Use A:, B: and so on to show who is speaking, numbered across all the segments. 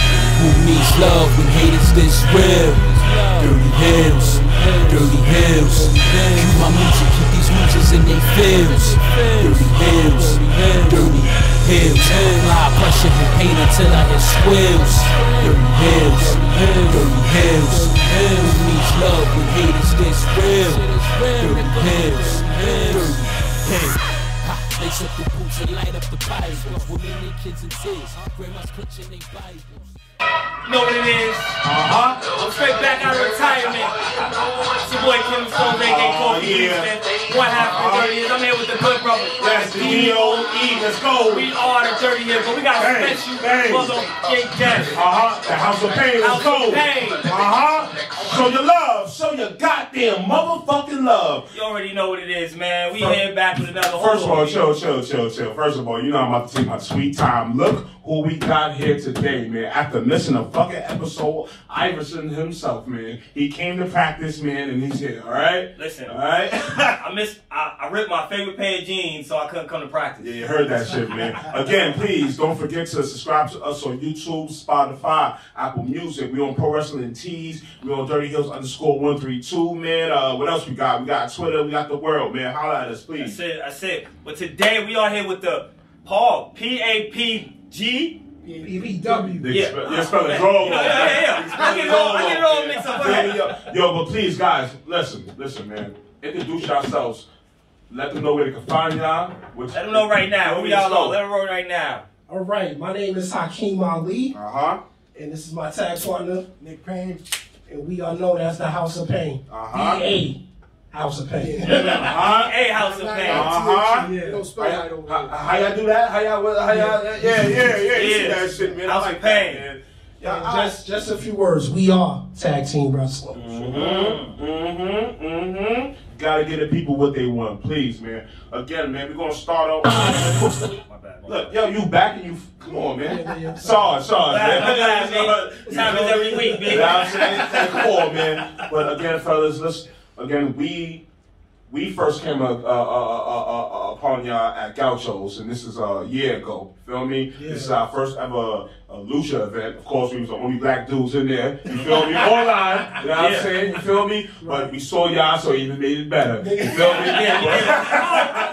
A: Who needs love when hate is this real? Dirty hills, dirty hills. Cue my music, keep these losers in they fields. Dirty hills, dirty hills. Apply pressure and pain until I hit squills. Dirty hills, dirty hills. Who needs love when hate is this real? Dirty hills, dirty hills. Lace up the boots and light up the fires. Women and kids and tears. Grandma's clutching they Bibles.
B: know what it is. Uh
C: Uh-huh.
B: huh. I'm straight back out of retirement. It's your boy Kim Stone, aka Kobe
C: Oh, yeah.
B: Houston. One half of the dirtiest. I'm here with the good brothers.
C: That's the D-O-E. Let's go.
B: We are the dirtiest, but we got a
C: Bang,
B: special
C: bang.
B: motherfucking guest.
C: Uh-huh. The House of Pain.
B: House
C: Let's go.
B: of Pain.
C: Uh-huh. Show your love. Show your goddamn motherfucking love.
B: You already know what it is, man. We
C: First-
B: here back with another
C: First of all,
B: whole-
C: chill, chill, chill, chill. First of all, you know I'm about to take my sweet time. Look who we got here today, man. After missing a fucking episode, Iverson himself, man. He came to practice, man, and he's here, all right?
B: Listen.
C: All right?
B: I missed. I, I ripped my favorite pair of jeans, so I couldn't come to practice.
C: Yeah, you heard that shit, man. Again, please don't forget to subscribe to us on YouTube, Spotify, Apple Music. We on Pro Wrestling Tees. We on Dirty Hills underscore one three two, man. Uh, what else we got? We got Twitter. We got the world, man. Holla at us,
B: I
C: please.
B: said, I said. But today we are here with the Paul P A P G.
C: They
D: BBW.
B: Yeah.
C: spe- they spell it wrong.
B: Yeah, yeah, yeah. I get it all- I get it all mixed up.
C: Yeah, yeah. Yo, but please, guys, listen, listen, man. Introduce yourselves. Let them know where they can find y'all. Which,
B: Let them know right now. Who y'all
C: know.
B: are? Let them know right now.
D: All right, my name is Hakeem Ali,
C: Uh huh.
D: and this is my tag partner, Nick Payne, and we are known as the House of Pain.
C: Uh-huh.
D: B A House of Pain.
C: Uh huh.
B: A House of Pain.
C: Uh-huh.
D: Yeah.
E: No spell
C: How,
E: right over
C: how,
E: there.
C: how y'all do that? How y'all? What, how y'all? Yeah, yeah, yeah. yeah. You see
B: Yeah.
C: that shit, man. I
B: House
C: like
B: of
C: that,
B: Pain.
C: man. Yeah,
D: And
C: I-
D: just, just a few words. We are tag team wrestling.
E: Mm-hmm.
C: Mhm, mhm, mhm. Gotta get the people what they want, please, man. Again, man, we're gonna start off.
B: My bad. my
C: Look, yo, you back and you. Come on,
D: Yeah, yeah.
C: man. Sorry, sorry,
B: bad.
C: man.
B: My bad, man. This
C: You know-
B: happens every week,
C: You know what I'm
B: man.
C: saying? Like, come on, man. But again, fellas, let's again we we first came uh, uh, uh, uh, uh, upon y'all at Gauchos, and this is a year ago. Feel me? This is our first ever uh, Lucha event. Of course, we was the only black dudes in there. You feel me? Online. You know what
B: Yeah.
C: I'm saying? You feel me? But we saw y'all, so it even made it better. You feel me?
B: Yeah,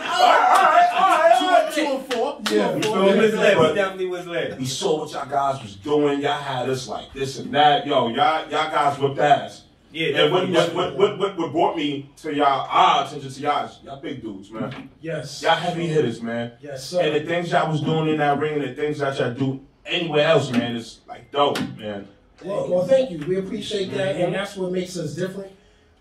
E: Two and four.
D: Yeah.
E: Two and
C: You
E: four.
C: feel
B: He
C: me?
B: was lit. He
C: But-
B: definitely was lit.
C: we saw what y'all guys was doing. Y'all had us like this and that. Yo, y'all y'all guys whipped ass.
B: Yeah,
C: And what what,
B: definitely.
C: what what what what brought me to y'all our attention to y'all is y'all big dudes, man.
D: Yes.
C: Y'all heavy hitters, man.
D: Yes, sir.
C: And the things y'all was doing in that ring and the things that y'all do anywhere else, man, is like dope, man.
D: Well, well, thank you. We appreciate that,
C: Mm-hmm.
D: and that's what makes us different.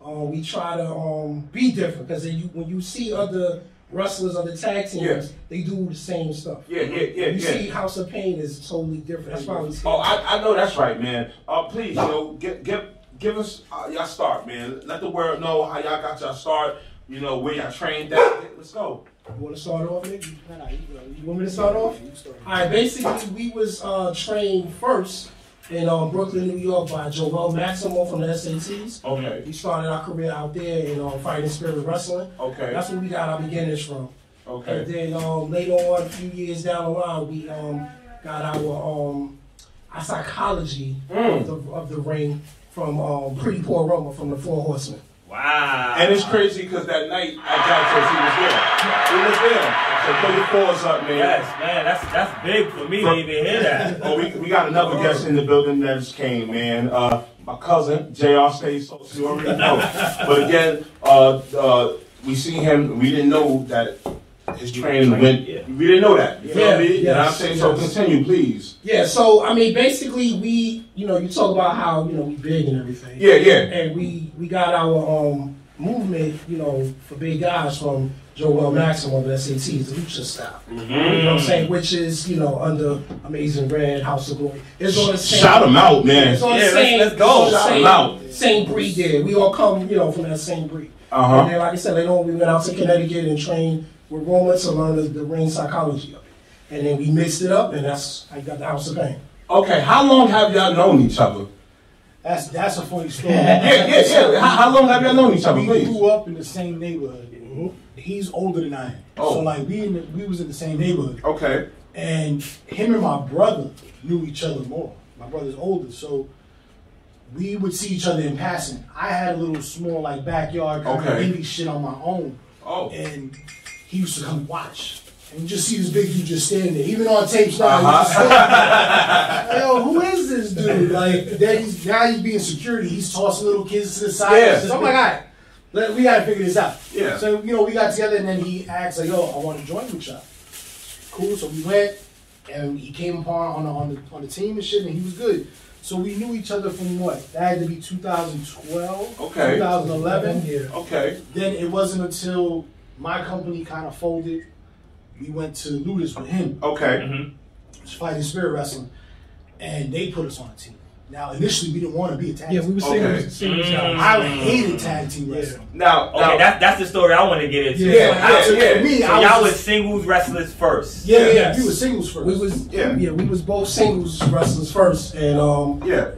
D: Um, we try to um, be different because you, when you see other wrestlers, other tag teams,
C: Yeah.
D: they do the same stuff.
C: Yeah, yeah, yeah,
D: you
C: yeah.
D: see, House of Pain is totally different. That's why we.
C: Oh, I, I know that's right, man. Uh, please, you know, get, get, give us uh, y'all start, man. Let the world know how y'all got y'all start. You know where y'all trained at. Let's go.
D: You want to start off, nigga?
E: Nah, nah, you go.
D: You want me to start off?
E: You start.
D: All right. Basically, we was uh, trained first in um, Brooklyn, New York, by Joel Maximo from the SATs.
C: Okay.
D: We started our career out there in um, fighting spirit wrestling.
C: Okay.
D: That's where we got our beginnings from. And
C: Okay.
D: then um, later on, a few years down the line, we um, got our um, our psychology
C: Mm.
D: of, the, of the ring from um, Pretty Poor Roma from the Four Horsemen.
B: Wow.
C: And it's crazy because that night I got to he was there. He was there. So put your paws up, man.
B: yes, man. That's that's big for me to even hear that.
C: Oh, we, we got another guest in the building that just came, man. Uh, my cousin, JR State, so you already know. But again, uh, uh, we see him, we didn't know that his training went,
B: Yeah.
C: we didn't know that. You feel
D: Yeah,
C: me? You know what I'm
D: yes,
C: saying?
D: yes.
C: So continue, please.
D: Yeah, so I mean, basically, we you know you talk about how you know we big and everything.
C: Yeah, yeah.
D: and we we got our um, movement, you know, for big guys from Joel Maxim of SATs, the Lucha style. You know
C: Mm-hmm.
D: what I'm saying? Which is you know under Amazing Red, House of Glory. It's on the same.
C: Shout him out, man.
D: It's
B: Yeah,
D: on the
B: let's-
D: same.
B: let's go.
D: it's on the
C: Shout 'em
D: same,
C: out.
D: Same breed there. We all come, you know, from that same breed.
C: Uh-huh.
D: And then, like I said, later on, we went out to Connecticut and trained with Roma to learn the, the ring psychology of it. And then we mixed it up, and that's how you got the House of Pain.
C: Okay, how long have y'all known each other?
E: That's that's a funny story.
C: Yeah, yeah, yeah. How, how long have y'all known each other,
E: We
C: please? Mm-hmm.
E: grew up in the same neighborhood. He's older than I am.
C: Oh.
E: So like we in the, we was in the same neighborhood,
C: Okay.
E: and him and my brother knew each other more. My brother's older, so we would see each other in passing. I had a little small like backyard kind
C: Okay.
E: of baby shit on my own,
C: Oh.
E: and he used to come watch. And you just see this big dude just standing there, even on tapes now. he's just
C: Uh-huh.
E: standing there. Yo, who is this dude? Like, then he's, now he's being security. He's tossing little kids to the side.
C: Yeah.
E: So I'm like, all right, let, we gotta figure this out.
C: Yeah.
E: So you know, we got together, and then he asked like, yo, I want to join with y'all. Cool. So we went, and he came upon on the, on the on the team and shit, and he was good. So we knew each other from what? That had to be 2012,
C: Okay.
E: 2011.
D: Yeah.
C: Okay.
E: Then it wasn't until my company kind of folded, we went to Ludus with him,
C: Okay.
B: Mm-hmm.
E: which is Fighting Spirit Wrestling, and they put us on a team. Now, initially, we didn't want to be a tag
D: Yeah, we
E: team.
D: were seeing
C: Okay.
D: seeing each other.
E: I hated tag team wrestling.
C: Now,
B: Okay,
C: now
B: that's that's the story I want to get into.
C: Yeah,
E: Like,
C: yeah,
E: I-
C: yeah.
E: To me,
B: So
E: I
B: y'all
E: was,
B: was singles wrestlers first.
E: yeah, yeah,
D: Yes.
E: we were singles first.
D: We was
C: Yeah.
D: yeah. we was both singles wrestlers first, and um,
C: yeah.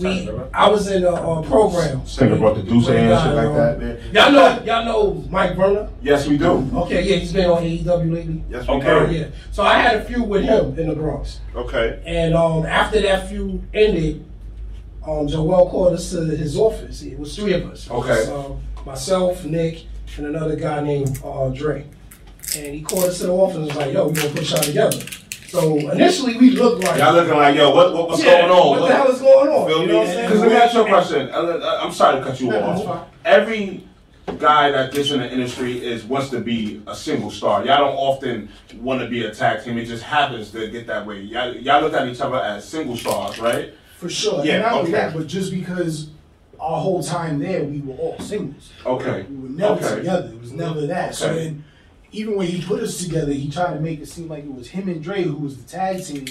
D: we I was in a, a program.
C: Thinking about the deuce and shit like that, man.
D: um, Y'all know y'all know Mike Burner.
C: Yes, we do.
D: Okay, yeah, he's been on AEW lately.
C: Yes, we
B: Okay.
C: do.
D: Yeah, so I had a feud with him in the Bronx,
C: Okay.
D: and um, after that feud ended, um, Joel called us to his office. It was three of us. It was,
C: Okay.
D: um, myself, Nick, and another guy named uh, Dre. And he called us to the office and was like, "Yo, we gonna put y'all together." So initially, we looked like
C: Y'all looking like, yo, what, what what's
D: Yeah,
C: going on?
D: What the hell is going on?
C: Feel
D: you
C: me?
D: know what I'm saying?
C: Because let me ask you a question. I- I- I'm sorry to cut you
D: No,
C: off.
D: that's fine.
C: Every guy that gets in the industry is wants to be a single star. Y'all don't often want to be a tag team. It just happens to get that way. Y'all, y'all look at each other as single stars, right?
E: For sure.
C: Yeah,
E: and not only
C: okay.
E: that, but just because our whole time there, we were all singles.
C: Okay.
E: We were never
C: Okay.
E: together. It was never that. So
C: Okay.
E: then, even when he put us together, he tried to make it seem like it was him and Dre who was the tag team,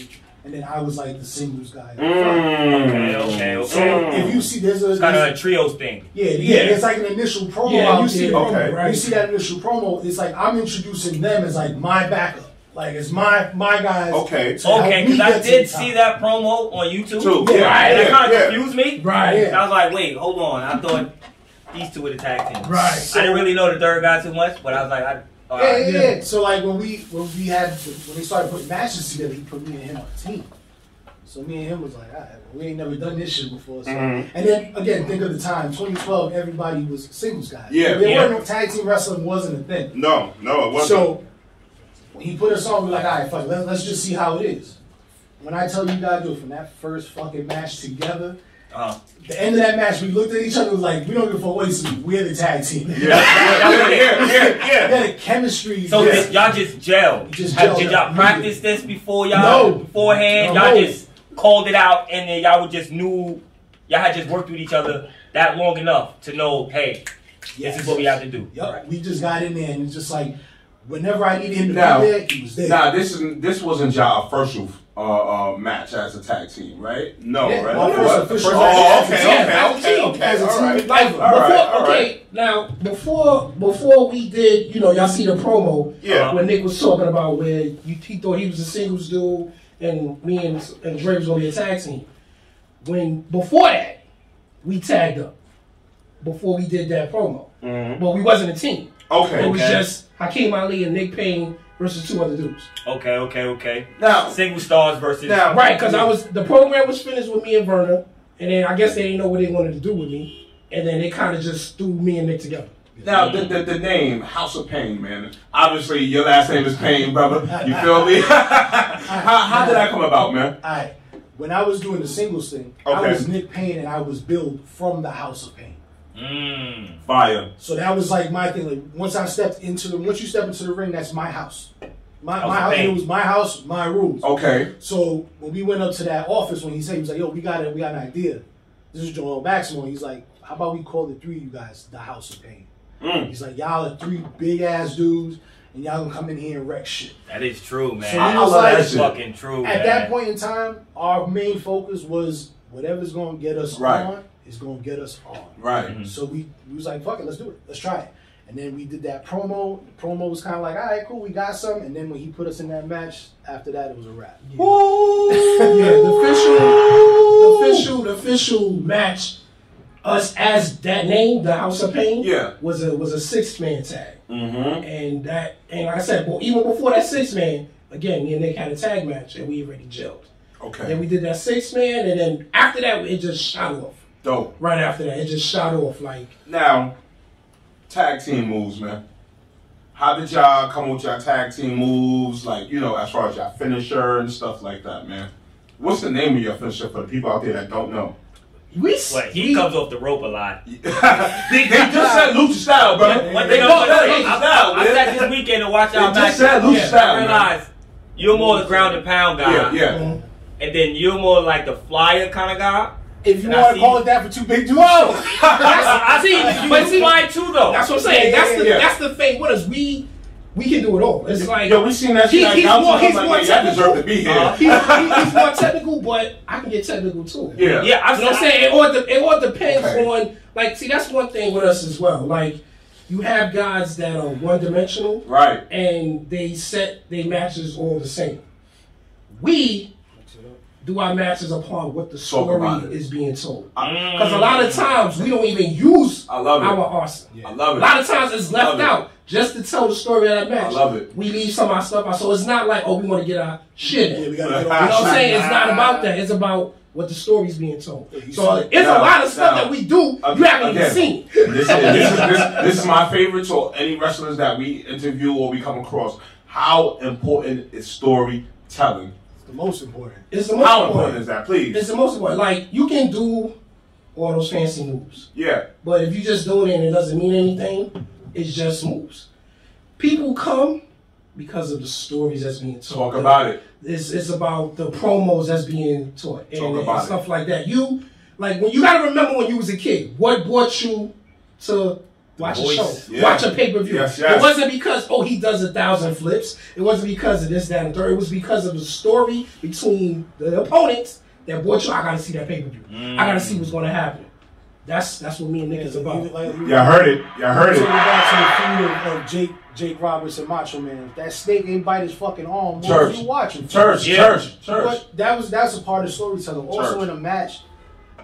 E: and then I was like the singles guy.
B: Okay, okay,
E: So
B: okay.
E: Mm. if you see, there's a.
B: Kind of a
E: there's-
B: trios thing.
E: yeah, yeah, it's like an initial promo.
D: Yeah,
E: out
D: you see
E: there.
D: the
C: promo,
E: You
D: right?
E: see that initial promo. It's like I'm introducing them as like my backup, like it's my my guys.
C: Okay.
E: to help
B: Okay,
E: me
B: because I
E: get to
B: did
E: the top.
B: see that promo on YouTube.
C: Too.
B: Right,
C: Yeah,
B: and
C: yeah,
B: that kind of
C: yeah.
B: confused me.
D: Right.
E: Yeah.
B: I was like, wait, hold on. I thought these two were the tag team.
D: Right.
B: I didn't really know the third guy too much, but I was like, I, all
E: Yeah,
B: right.
E: yeah,
D: Yeah.
E: yeah. So like when we when we had when they started putting matches together, he put me and him on a team. So me and him was like, all right, well, we ain't never done this shit before. So. And then again, think of the time, 2012. Everybody was singles guys.
C: Yeah.
E: there
B: Yeah.
E: wasn't no tag team wrestling wasn't a thing.
C: No, no, it wasn't.
E: So when he put us on, we're like, all right, fuck, it, let's, let's just see how it is. When I tell you guys, dude, from that first fucking match together,
B: Uh,
E: the end of that match, we looked at each other like, we don't give a fuck what you see. We're the tag team.
C: yeah, yeah, yeah, yeah, yeah.
E: Yeah, the chemistry.
B: so
E: yeah.
B: did y'all just gel.
E: Just
B: Have-
E: gelled
B: Did
E: up.
B: y'all practice this before y'all
E: No.
B: beforehand?
E: No.
B: Y'all just called it out, and then y'all would just knew. Y'all had just worked with each other that long enough to know, hey, this is what we have to do.
E: Yep. We just got in there and it's just like whenever I needed him to
C: Now,
E: be there, he was there.
C: Nah, this is this wasn't y'all first uh, uh, match as a tag team, right? No,
E: Yeah,
C: right?
E: my first
C: What?
E: official
C: oh,
E: match
C: okay,
D: a
E: as
D: team.
C: okay, okay, okay,
E: As a
C: all
E: team.
C: right.
D: Like
E: All
D: before,
C: right, all
D: okay. Now, before before we did, you know, y'all see the promo uh,
C: Yeah.
D: when Nick was talking about where you, he thought he was a singles dude, and me and and Dre was gonna be a tag team. When before that, we tagged up before we did that promo, but we wasn't a team.
C: Mm-hmm. Okay,
D: It was
B: Okay.
D: just Hakeem Ali and Nick Payne versus two other dudes.
B: Okay, okay, okay.
C: Now-
B: single stars versus.
C: Now-
D: Right, because I was the program was finished with me and Verna, and then I guess they didn't know what they wanted to do with me, and then they kind of just threw me and Nick together.
C: Now the, the the name House of Pain, man. Obviously, your last name is Pain, brother. You feel me? how, how did that come about, man?
E: I when I was doing the singles thing,
C: Okay.
E: I was Nick Payne and I was Bill from the House of Pain.
B: Mm,
C: Fire.
E: So that was like my thing. Like once I stepped into the once you step into the ring, that's my house. My
B: House
E: my
B: of
E: house
B: Pain.
E: it was my house, my rules.
C: Okay.
E: So when we went up to that office, when he said he was like, "Yo, we got it, we got an idea." This is Joel Baxmore. He's like, "How about we call the three of you guys the House of Pain?"
C: Mm.
E: He's like, "Y'all are three big ass dudes, and y'all gonna come in here and wreck shit."
B: that is true, man.
E: So I- I
B: That's
E: love that
C: shit.
B: fucking true.
E: At
B: man.
E: that point in time, our main focus was whatever's gonna get us
C: Right.
E: on is gonna get us on.
C: Right.
B: Mm-hmm.
E: So we, we was like, fuck it, let's do it. Let's try it. And then we did that promo. The promo was kind of like, all right, cool, we got some. And then when he put us in that match, after that, it was a wrap.
D: Yeah, the official, the official, the official match, us as that name, the House of Pain,
C: Yeah.
D: was a was a six man tag, mm-hmm. and that and like I said, well, even before that six man, again, me and Nick had a tag match, and we already gelled.
C: Okay.
D: Then we did that six man, and then after that, it just shot off.
C: Dope.
D: Right after that, it just shot off. Like
C: Now, tag team moves, man. How did y'all come up with y'all tag team moves? Like, you know, as far as y'all finisher and stuff like that, man. What's the name of your finisher for the people out there that don't know?
D: we,
B: But he
D: we-
B: comes off the rope a lot.
C: they, they just said Lucha Style, bro.
B: One- one
C: they
B: thing
C: know
B: I'm
C: that
B: gonna say,
C: Lucha Style,
B: I, I
C: man.
B: sat this weekend and watched our
C: They just
B: matches.
C: said Lucha Style,
B: I
C: man.
B: realized you're more the ground and pound guy.
C: Yeah, yeah.
D: Mhm.
B: And then you're more like the flyer kind of guy.
E: If you
B: And I
E: want
B: see-
E: to call it that for two big dudes,
B: I, I see, you,
D: but see-
B: you fly too though.
D: That's what I'm saying.
E: Yeah, yeah,
D: that's the
C: yeah.
D: that's the thing. What is we we can do it all. It's like
C: Yo, we seen that
D: He-
C: shit.
D: he's
C: I was
D: more-
C: like,
D: he's
C: yeah,
D: more Uh,
C: y'all deserve to be here.
B: Uh-huh.
D: he, he- he's more technical, but I can get technical too.
C: yeah.
B: Yeah, I
D: You know what I'm saying? It all, de- it all depends
C: Okay.
D: on, like, see, that's one thing with us as well. Like, you have guys that are one dimensional
C: Right.
D: and they set their matches all the same. We do our matches upon what the
C: Talk
D: story
C: about it.
D: is being told.
C: I,
D: Because a lot of times we don't even use
C: I love it.
D: our arsenal.
C: I love
D: A
C: it.
D: lot of times it's left
C: Love it.
D: out just to tell the story of that match.
C: I love it.
D: We leave some of our stuff out, so it's not like oh we want to get our shit in.
E: yeah, we
D: you know
E: gotta get
D: what
E: on
D: I'm
E: this
D: saying?
E: shit.
D: It's not about that. It's about what the story's being told.
E: you
D: So
E: see it.
D: it's a
C: Now-
D: lot of stuff
C: now-
D: that we do
C: Ag-
D: you haven't even
C: again,
D: seen.
C: This is, this, is, this, this is my favorite to any wrestlers that we interview or we come across. How important is storytelling?
E: it's the most important.
D: It's the most
C: How important
D: important.
C: is that, please?
D: It's the most important. Like you can do all those fancy moves,
C: yeah.
D: but if you just do it and it doesn't mean anything, it's just moves. People come because of the stories that's being told.
C: Talk about it.
D: It's, it's about the promos that's being taught and,
C: Talk
D: and
C: about it.
D: stuff like that. You like when you gotta remember when you was a kid, what brought you to watch a
B: Voice.
D: show,
C: Yeah.
D: watch a pay per view.
C: Yes, yes.
D: It wasn't because oh he does a thousand flips. It wasn't because of this, that, and third. It was because of the story between the opponents that brought you. I gotta see that pay per view. I gotta
C: Mm.
D: see what's gonna happen. That's that's what me and Nick is about.
E: Even like-
C: Y'all heard it. Y'all heard
E: Take it
C: it.
E: back to the feud of, of Jake, Jake Roberts and Macho Man. If that snake ain't bite his fucking arm, what
C: Church.
E: was you watching? for?
C: Church,
B: Yeah.
C: church, church.
E: But that was that's a part of storytelling. Also
C: Church.
E: in a match,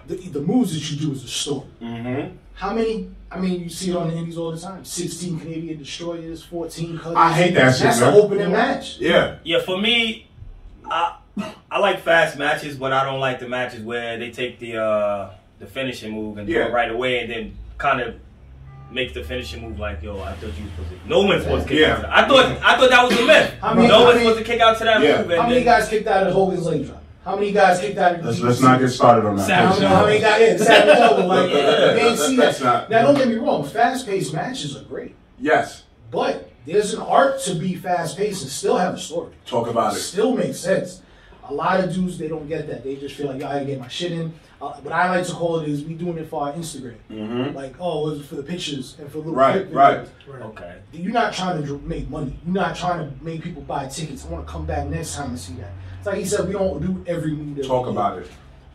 E: the, the moves that you do is a story.
C: Mm-hmm.
E: How many? I mean, you see it on the indies all the time. Sixteen Canadian destroyers, fourteen. Cutters.
C: I hate that shit,
E: That's
C: man.
E: an opening match.
C: Yeah.
B: Yeah, for me, I I like fast matches, but I don't like the matches where they take the uh the finishing move and
C: Yeah.
B: do it right away, and then kind of make the finishing move like, yo, I thought you was supposed to. No one's supposed to kick
C: Yeah.
B: out. To that. I thought I thought that was a myth.
E: How many-
B: no
E: how
B: one's
E: many-
B: supposed to kick out to that
C: Yeah.
B: move. And
E: How many
B: then,
E: guys kicked out of Hogan's leg drop? How many guys kicked out of?
C: Let's, let's not get started on that.
E: I
D: Savage.
E: don't know how many guys. Yeah, Savage Open, like, they ain't seen
C: That's
E: that.
C: not-
E: Now don't get me wrong. Fast paced matches are great,
C: Yes.
E: but there's an art to be fast paced and still have a story.
C: Talk about it.
E: still makes sense. A lot of dudes they don't get that. They just feel like y'all gotta get my shit in. Uh, what I like to call it is we doing it for our Instagram.
C: Mm-hmm.
E: Like oh, it was for the pictures and for little
C: Right,
E: clip
C: right.
E: videos.
B: Okay.
E: You're not trying to dr- make money. You're not trying to make people buy tickets. I want to come back next time and see that. It's like he said, we don't do every move. That
C: Talk
E: we do.
C: about it.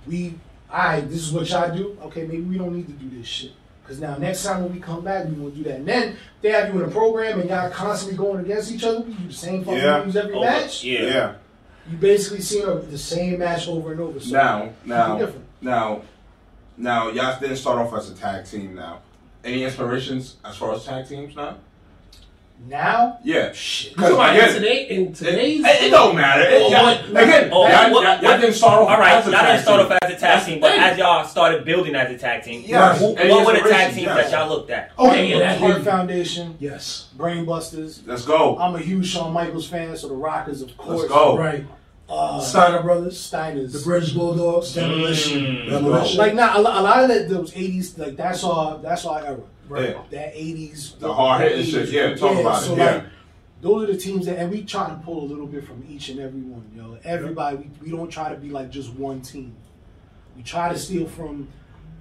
E: We, all right, this is what y'all do. Okay, maybe we don't need to do this shit. Cause now next time when we come back, we gonna do that. And then they have you in a program and y'all constantly going against each other. We do the same fucking
C: Yeah.
E: moves every
B: Oh,
E: match
B: Yeah.
C: yeah.
E: you basically seen a, the same match over and over. So
C: Now, now,
E: different.
C: now, now, y'all didn't start off as a tag team. Now, any inspirations as far as tag teams now?
E: now,
C: Yeah,
E: shit.
D: You talking about
C: again,
D: in today in
C: it,
D: today's
C: it- it don't matter. It-
D: Oh,
C: y'all-
D: what-
C: again,
B: oh,
C: y'all,
B: what-
C: y'all- y'all
B: what-
C: didn't start off
B: All right,
C: as a
B: y'all
C: tag
B: didn't start off
C: team.
B: as a tag team, but
D: thing.
B: as y'all started building as a tag team,
C: Yes.
B: who-
C: And
B: what were the tag
C: inspiration,
B: teams
C: yes.
B: that y'all looked at?
D: Okay,
E: Okay,
D: Oh, yeah,
E: yeah,
D: that
E: Heart
D: is-
E: Foundation,
D: yes,
E: Brainbusters.
C: Let's go.
E: I'm a huge Shawn Michaels fan, so the Rockers, of course.
C: Let's go.
D: right.
E: Uh,
D: Steiner Brothers,
E: Steiners.
D: the British Bulldogs, Demolition,
B: Mm.
D: Demolition.
E: Like now, a, lo- a lot of that those '80s, like that's all, that's our era.
D: Right.
C: Yeah.
E: That '80s,
C: The hard-hitting
E: 80s,
C: shit, yeah, talk about it,
E: so,
C: yeah.
E: Like, those are the teams that, and we try to pull a little bit from each and every one. You know, everybody. We, we don't try to be like just one team. We try to steal from,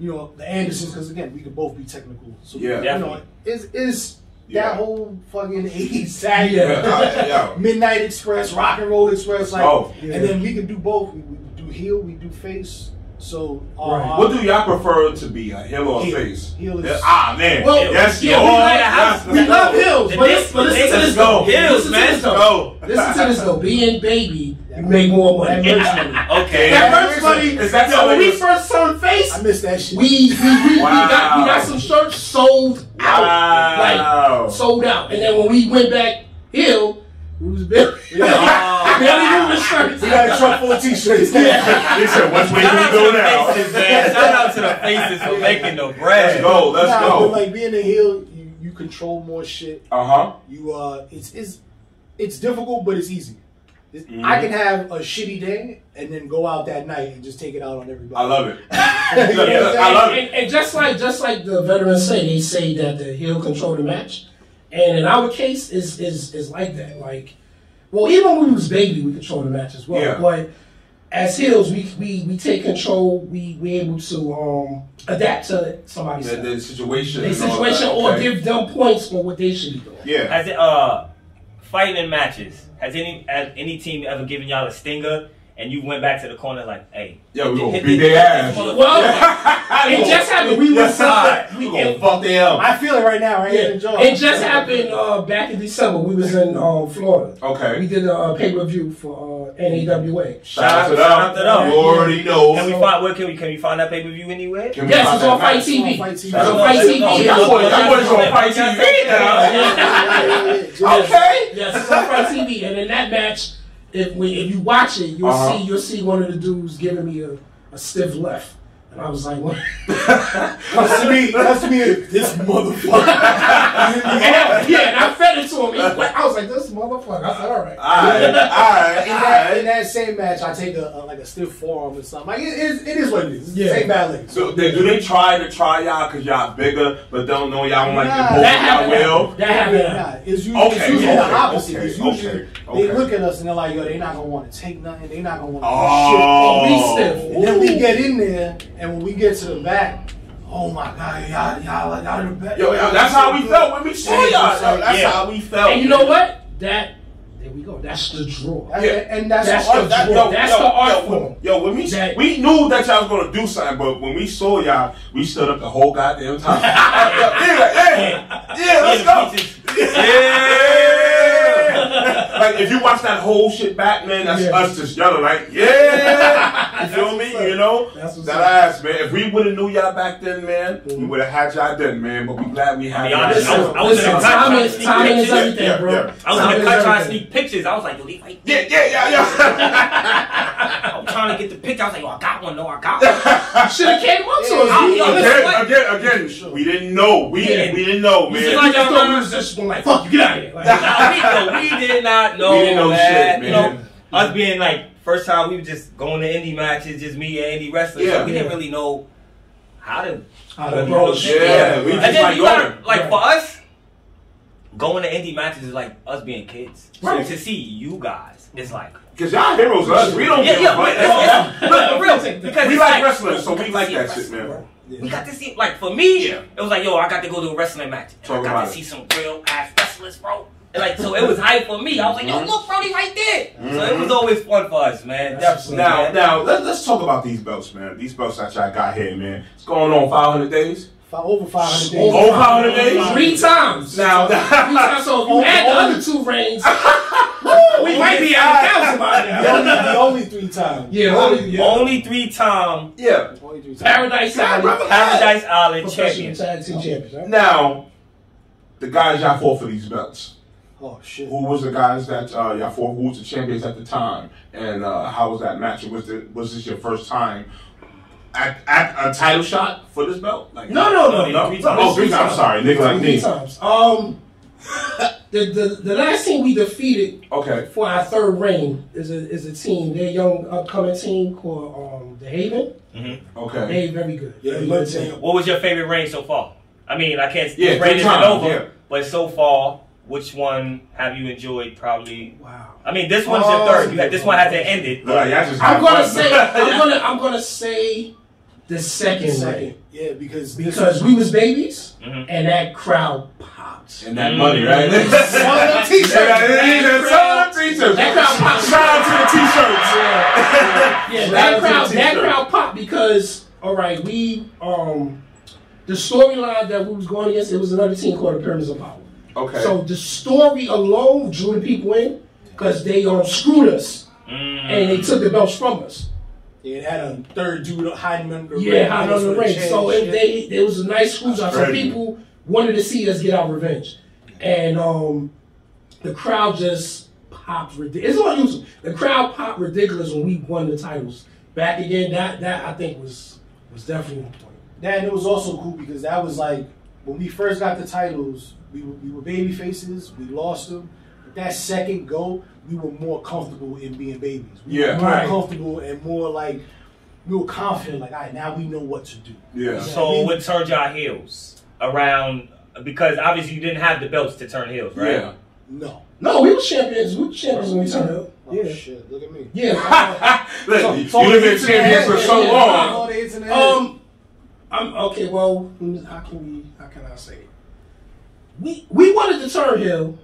E: you know, the Andersons because again, we could both be technical. So
C: Yeah.
E: you know,
B: Definitely.
E: it's it's
C: Yeah.
E: that whole fucking '80s saga.
D: Yeah.
C: Yeah, I- yeah.
E: Midnight Express, Rock and Roll Express, like,
C: Oh.
E: and then we can do both. We, we do heel, we do face. So, uh,
D: Right.
C: What do y'all prefer to be, a heel or a
E: Heel.
C: face?
E: Heel is-
C: Yeah, ah man,
D: Well,
C: yes,
D: yeah,
C: you
D: we
C: are.
D: like-
C: Yes,
D: we
C: let's
D: love
C: go.
D: hills, but,
B: This-
D: this, but listen
B: this
D: to
B: is
D: this though.
B: hills,
D: listen
B: man.
D: to this though.
C: Go.
D: Listen to this though. Being baby, you make more money.
E: That merch
B: Okay.
C: Yeah.
D: That merch money.
C: Is that
D: yo,
C: how
D: when
C: it
D: we
C: is?
D: first turned face?
E: I miss that shit.
D: we we, we, we got
C: Wow.
D: we got some shirts sold
C: Wow.
D: out, like sold out. And then when we went back hill, we was building.
C: Yeah. He had a Trump full of t-shirts. He said, which way do
B: Shout
C: we
B: out to
C: go
B: the
C: now?
B: faces, man. Shout out to the faces for making the bread.
C: Let's go, let's
E: Nah, but
C: go.
E: like being a heel, you, you control more shit.
C: Uh-huh.
E: You uh, it's it's it's difficult, but it's easy. It's-
C: Mm-hmm.
E: I can have a shitty day and then go out that night and just take it out on everybody.
C: I love it.
E: You know what I'm
C: Yeah,
E: saying?
C: I love it.
D: And, and just like just like the veterans say, they say that the heel control the match, and in our case, is is is like that. Like, well, even when we was baby, we controlled the match as well.
C: Yeah.
D: But as heels, we, we we take control. We we able to um adapt to somebody's
C: The, the situation.
D: their
C: and all
D: situation
C: that,
D: or
C: okay?
D: give them points on what they should be doing.
C: Yeah.
B: Has it, uh, fighting in matches? Has any has any team ever given y'all a stinger and you went back to the corner like, hey,
C: Yeah, we
B: hit-
C: gonna
B: hit
C: beat
B: this-
C: their
B: hit this
C: ass.
B: motherfucker.
D: Well, it just happened. We was
C: Yes, we gonna fuck they up.
E: I feel it right now. I ain't even joking.
D: It just happened uh, back in December. We was in uh, Florida. We
C: Okay.
D: did a uh, pay per view for uh, NAWA.
C: Shout out to
B: Shout out to
C: them.
B: them.
C: You already
B: Can we
C: know.
B: find where can we can we find that pay per view anywhere?
C: Can we
D: Yes,
C: find
D: it's
C: that
D: on Fight
C: match?
D: TV.
E: Fight
D: It's
E: TV.
D: on Fight
B: No, no,
D: TV.
B: no,
C: Y'all
B: no,
C: boys-
B: no,
C: y'all boys
B: no,
C: on
B: no,
C: Fight
B: no,
C: TV
B: no, no, no.
C: Okay.
D: Yes, it's on Fight TV. And in that match, if we, if you watch it, you'll
C: Uh-huh.
D: see you'll see one of the dudes giving me a, a stiff left, and I was like, what?
E: That's me. That's me. This
D: and
E: motherfucker.
D: I, yeah, and I fed it to him. He went- I was like, this motherfucker. I said, all
C: Alright,
D: right.
C: alright,
E: in, that,
C: alright.
E: in that same match, I take a, a like a stiff forearm or something. Like it is, it is what it is. It's
D: Yeah.
E: the same bad leg.
C: So they, do they try to try y'all because y'all bigger, but don't know y'all don't like
E: Nah.
C: them both y'all
D: that happened.
C: will?
D: That
E: Nah,
D: happened.
E: it's usually, it's
C: Okay,
E: usually
C: okay,
E: the opposite.
C: okay,
E: it's usually
C: okay, okay.
E: they look at us and they're like, yo, they not gonna want to take nothing. They not gonna want to
C: Oh.
D: Be stiff.
E: shit. And then we get in there, and when we get to the back, oh my god, y'all, y'all, y'all are the best.
C: Yo, yo, that's how we felt when we saw y'all. yo. That's
B: Yeah.
C: how we felt.
D: And you know what? That there we go. That's the draw.
E: And,
C: Yeah.
E: and that's,
D: That's
E: the art
D: the
E: that-
D: draw.
E: yo,
D: That's the art form.
C: when- Yo, when we
D: That-
C: we knew that y'all was gonna do something, but when we saw y'all, we stood up the whole goddamn time. yeah, yeah, yeah,
B: Yeah,
C: let's go.
B: the peaches.
C: Yeah. like if you watch that whole shit back, man, that's
D: Yeah.
C: us just yelling like, yeah. You feel me? You know
D: That's what's
C: that
D: up. Mm-hmm.
C: ass, man. If we would have knew y'all back then, man, we would have had y'all then, man. But we glad we had.
B: Be
C: y'all
B: honest,
C: now.
B: I was- I was in a
D: Listen,
B: cut trying
D: timing,
B: to
D: is-
B: sneak
D: timing is
B: pictures.
D: everything,
C: Yeah,
D: bro.
C: yeah.
B: I was in
D: Timing
B: the
D: is
B: cut trying to
D: everything.
B: sneak pictures. I was like, yo, they right there.
C: Yeah, yeah, yeah, yeah.
B: I'm trying to get the picture. I was like, yo, I got one. No, I got one.
D: Should have came up to
E: Yeah,
D: us.
B: yeah.
D: We-
B: Listen,
C: again,
B: what-
C: again, again. We didn't know. We
D: Yeah.
C: we didn't know,
D: We
C: man.
D: like y'all thought we was just going like, fuck you, get out of here. Like,
B: Nah, we, no, we did not know,
C: We didn't know
B: man.
C: shit,
B: You
C: man.
B: know, us being like first time we were just going to indie matches, just me and indie wrestlers.
C: Yeah.
B: So we didn't really know how to
D: how
B: Well,
D: the
B: you
D: bro
B: know,
D: shit.
C: yeah, we
B: and
C: just
B: then
C: like
B: you gotta,
C: going.
B: like
D: Right.
B: for us, going to indie matches is like us being kids. So
D: Right.
B: to see you guys, it's like
C: Cause y'all heroes of us. We don't
B: yeah,
C: give a
B: yeah,
C: fuck.
B: but
C: That's all that-
B: it's, it's, but for real because
C: We
B: it's
C: like wrestling, so we like that shit, man.
B: We got to see like for me, it was like yo, I got to go to a wrestling match. And
C: Talk
B: I got
C: about
B: to
C: it.
B: see some real ass wrestlers, bro. And, like so, it was hype for me. I was like, yo,
C: Mm-hmm.
B: look, bro, they right there. So it was always fun for us, man.
D: That's
B: Definitely.
C: Now,
B: man.
C: now let, let's talk about these belts, man. These belts that y'all got here, man. It's going on 500 days.
E: Fi- over 500 days.
C: Over 500 days.
D: Three times.
C: Now,
D: Three times. So if you add the other two rings, we might be at a thousand by
E: The only,
D: now.
E: the only three times.
D: Yeah, only yeah.
B: only three time
C: yeah.
E: Only three times.
D: Paradise Island.
B: Paradise Island
D: Professional
B: champions.
D: tag team champions. right?
C: Now, the guys y'all fought for these belts.
E: Oh shit.
C: Who was the guys that uh, y'all fought? Who was the champions at the time? And uh, how was that match? Was it was this your first time at, at a title shot for this belt? Like
D: No, no,
B: No,
D: no, no.
B: three
D: no,
B: times.
D: it's
C: Oh, three times. I'm sorry, nigga like
D: Three
C: me.
D: times. Um, the, the the last team we defeated
C: Okay.
D: for our third reign is a is a team. They're a young upcoming team called um, the Haven.
C: Okay.
D: They very good.
E: Yeah,
D: Very
E: but
D: good team.
B: What was your favorite reign so far? I mean, I can't.
C: Yeah,
B: this reign
C: three
B: isn't
C: times,
B: over,
C: yeah.
B: but so far, which one have you enjoyed? Probably.
D: Wow.
B: I mean, this one's your
E: Oh,
B: third. You had, this one hasn't ended.
C: Look, like, y'all just
D: I'm
C: had
D: gonna
C: fun.
D: say I'm gonna I'm gonna say the second,
E: Second.
D: reign
E: Yeah, because this
D: because we was babies
B: Mhm.
D: and that crowd popped.
C: and that money, right?
E: One of them
C: T-shirts. Shout out to the t-shirts.
D: That crowd popped.
C: Shout out to the t-shirts.
D: Yeah, yeah,
C: Shout
D: that
C: out to
D: crowd,
C: the
D: that
C: t-shirt.
D: crowd popped because all right, we um the storyline that we was going against it was another team called the Pyramids of Power.
C: Okay.
D: So the story alone drew the people in because they um screwed us and they took the belts from us.
E: Yeah, it had a third dude hiding under the
D: Yeah,
E: ring.
D: high on the
E: Just
D: ring.
E: change
D: So if
E: shit.
D: they, it was a nice screw job. So
C: Right.
D: people wanted to see us get our revenge, and um, the crowd just popped ridiculous. It's on YouTube. The crowd popped ridiculous when we won the titles back again. That that I think was was definitely important.
E: Then it was also cool because that was like when we first got the titles, we were, we were baby faces, we lost them. But that second go, we were more comfortable in being babies. We
C: Yeah,
E: were more
C: right.
E: comfortable and more like we were confident. Like, all right, now we know what to do.
C: Yeah.
B: So what turned y'all heels around? Because obviously you didn't have the belts to turn heels, right?
C: Yeah.
E: No.
D: No, we were champions. We were champions when we turned up.
E: Oh
D: Yeah,
E: shit! Look at me.
D: yeah.
C: Listen, you've
E: so-
C: been champions for so
E: Yeah,
C: long.
E: all the internet.
D: Um, I'm okay. Well, hmm, how can we? How can I say it? We we wanted to turn Hill.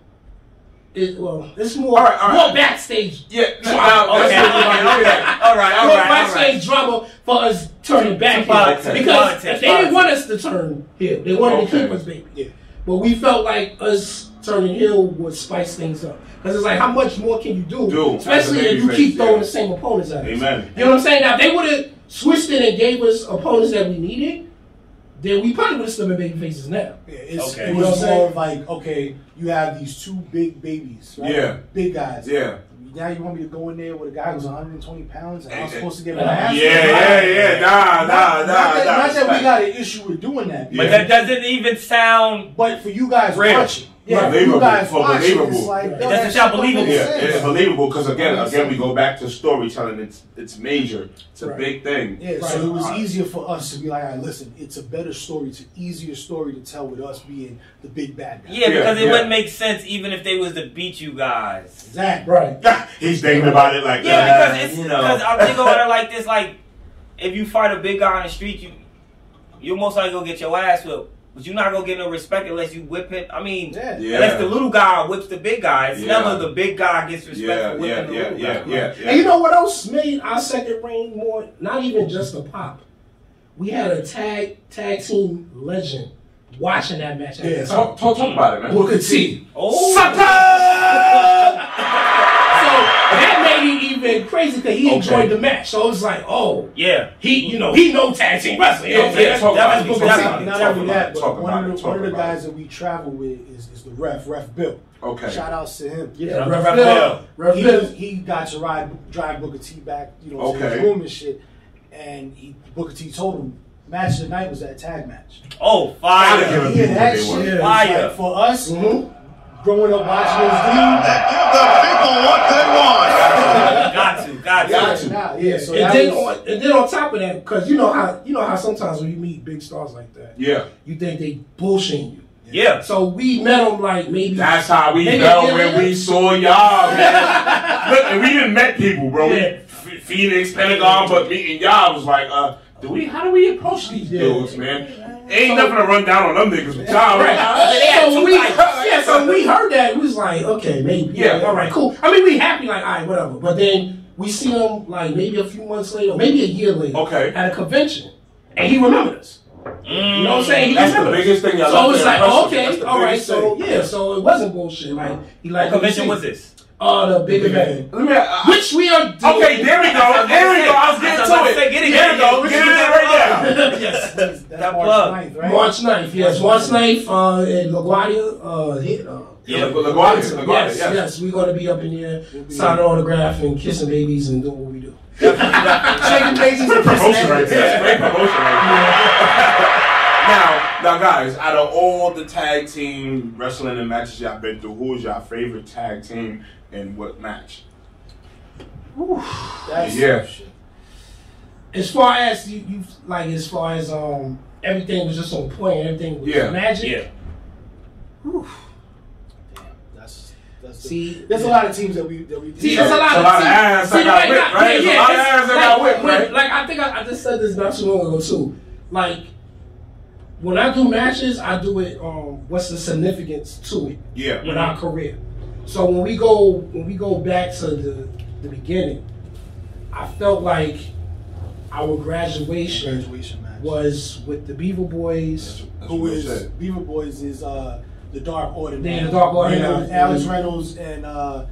D: It, well, it's more
C: All right, all right.
D: more backstage.
C: Yeah. Now,
B: Okay,
C: okay.
B: okay, okay. All right, all
D: more
B: right, all right.
D: backstage drama for us turning back
B: politics,
D: heel. because
B: politics,
D: if they didn't
B: politics.
D: want us to turn Hill. They wanted to keep
C: Okay.
D: us baby.
E: Yeah.
D: But we felt like us turning Hill would spice things up because it's like how much more can you do?
C: Do, as a
D: especially if you
C: babyface,
D: keep throwing
C: yeah.
D: the same opponents at us.
C: Amen.
D: You know what I'm saying? Now, if they would have switched it and gave us opponents that we needed, then we probably would have still been baby faces now.
E: Yeah, it's,
B: Okay.
E: It
D: You know what
E: was
D: I'm saying?
E: more of like, okay, you have these two big babies, right?
C: Yeah.
E: Big guys.
C: Yeah.
E: Now you want me to go in there with a guy who's 120 pounds and I'm
C: Hey,
E: supposed to get
D: hey.
E: my ass
C: Yeah,
E: kicked?
C: yeah, yeah. Nah, nah, nah,
E: Not- not that,
C: nah.
E: not that we
C: Respect.
E: got an issue with doing that,
C: Yeah.
B: But that doesn't even sound.
E: but for you guys
B: Real.
E: watching, yeah, for
C: Believable.
E: you guys
C: For
E: watching,
C: believable.
E: it's like, yo,
B: doesn't
E: that shit
B: sound
E: don't make
B: believable.
C: Yeah, it's
E: sense.
C: believable because again,
E: Makes
C: again, we
E: sense.
C: go back to storytelling. It's it's major. It's a
D: Right.
C: big thing.
E: Yeah, so it was easier for us to be like, all right, listen, it's a better story, it's an easier story to tell with us being the big bad guy.
B: Yeah,
C: Yeah,
B: because it
C: yeah.
B: wouldn't make sense even if they was to beat you guys.
E: Exactly.
D: Right.
C: He's thinking about it like
B: Yeah,
C: uh,
B: because it's
C: you
B: because
C: know.
B: I'm thinking about it like this: like if you fight a big guy on the street, you you're most likely gonna get your ass whipped, but you're not gonna get no respect unless you whip it. I mean,
E: Yeah.
C: Yeah.
B: unless the little guy whips the big guy, it's
C: Yeah.
B: never the big guy gets respect
C: Yeah,
B: for whipping
C: yeah,
B: the
C: yeah,
B: little guy.
C: yeah, yeah,
D: And you
C: yeah.
D: know what else made our second reign more? Not even just a pop. We had a tag tag team legend watching that match. At
E: Yeah.
D: that time.
C: Talk, talk, talk about it, man.
D: Booker T.
B: Oh,
D: So that made it even crazy because he enjoyed the match. So it was like, oh,
B: yeah.
D: he, you know, he know tag team wrestling. You know what I'm
B: Yeah, yeah,
D: saying?
B: talk
D: That
B: about
D: was
B: it,
D: Booker
B: talk
D: T.
B: about it.
E: Not
C: Talk
E: only
C: about it,
E: that,
C: talk
E: but one
C: about
E: of
C: it,
E: the one of the
C: talk about
E: guys
C: it.
E: that we travel with is, is the ref, Ref Bill.
C: Okay.
E: Shout outs to him.
D: Yeah,
B: Rev
D: Rev
B: Bill.
D: Bill. Rev
E: He,
D: Bill.
E: he got to ride drive Booker T back, you know, to
C: Okay.
E: his room and shit. And he, Booker T told him, match of the night was that tag match.
B: Oh,
C: Gotta give
B: fire!
C: him-
E: Yeah, that
C: people they Mm-hmm.
E: shit.
B: want.
E: was
B: Fire.
E: Like, for us,
D: Mhm.
E: growing up watching those
C: Ah,
E: dudes,
F: that give the people what they want.
B: got to, got to.
C: Got to.
E: Nah, yeah. So
D: and
E: that
D: then
E: was,
D: on and then on top of that, because you know how you know how sometimes when you meet big stars like that,
C: Yeah.
D: you think they bullshitting you.
B: Yeah.
D: So we met them like maybe
C: That's how we
D: Maybe
C: know
D: it
C: when we
D: is.
C: saw y'all, man. Look, and we didn't met people, bro. We,
D: Yeah.
C: F- Phoenix, Pentagon, but meeting y'all was like, uh, do we? How do we approach these
D: Yeah.
C: dudes, man? Ain't nothing to run down on them niggas with y'all.
B: They
D: Right.
B: had
D: Uh, so
B: two
D: we,
B: fights.
D: yeah, so when we heard that, we was like, okay, maybe,
C: Yeah.
D: yeah, all right, cool. I mean, we happy, like, all right, whatever. But then we see him like maybe a few months later, maybe a year later,
C: Okay.
D: at a convention, and he remembered us. You know what I'm saying? He
C: That's the
D: remembered us.
C: biggest thing I
D: So
C: love
D: it was
C: in
D: like,
C: wrestling. That's
D: okay,
C: the
D: all right,
C: biggest
D: so
C: thing.
D: yeah, so it wasn't bullshit. Like he like
B: What convention was
D: it?
B: this?
D: Uh, the big event,
C: Let me. I-
D: which we are. Doing.
C: Okay, there we go. There we go. I was
B: That's
C: getting
B: what I'm
C: to it.
B: saying. Get it,
C: There
B: get
C: we
B: it,
C: go.
B: get it.
C: Get it in right now.
B: yes.
E: that's
B: That
E: March
B: plug.
E: 9th, right?
D: March 9th, yes. March 9th, uh, in LaGuardia, uh, hit, uh,
C: Yeah,
B: Yeah.
C: LaGuardia, LaGuardia,
D: yes,
C: yes.
D: yes, we're gonna be up in there signing autograph and kissing babies and doing what we do.
E: Shaking babies.
C: Great promotion right there. That's great promotion right there. now, now, guys, out of all the tag team wrestling and matches y'all been through, who is your favorite tag team and what match?
E: That's-
C: Yeah.
D: As far as you, you like, as far as um, everything was just on point, everything was
C: Yeah.
D: magic.
B: Yeah.
E: That's, that's the-
D: See,
E: there's a lot of teams that we that we.
D: See,
E: Yeah.
D: there's a lot,
C: It's a lot of
D: see-
C: ass that
D: see,
C: got
D: right
C: whipped,
D: now-
C: right?
D: Yeah,
C: It's a
D: yeah,
C: lot of
D: it's-
C: ass that
D: like,
C: got whipped,
D: when-
C: right?
D: Like I think I, I just said this not too long ago too. Like when I do matches, I do it. Um, what's the significance to it?
C: Yeah.
D: with our career. So when we go when we go back to the the beginning, I felt like our graduation
E: Graduation match.
D: was with the Beaver Boys.
C: That's
E: Who
C: what I
E: is
C: said.
E: Beaver Boys is uh the Dark Order.
D: Yeah,
E: now.
D: the Dark Order
E: Reynolds,
D: now.
E: Alex Reynolds and uh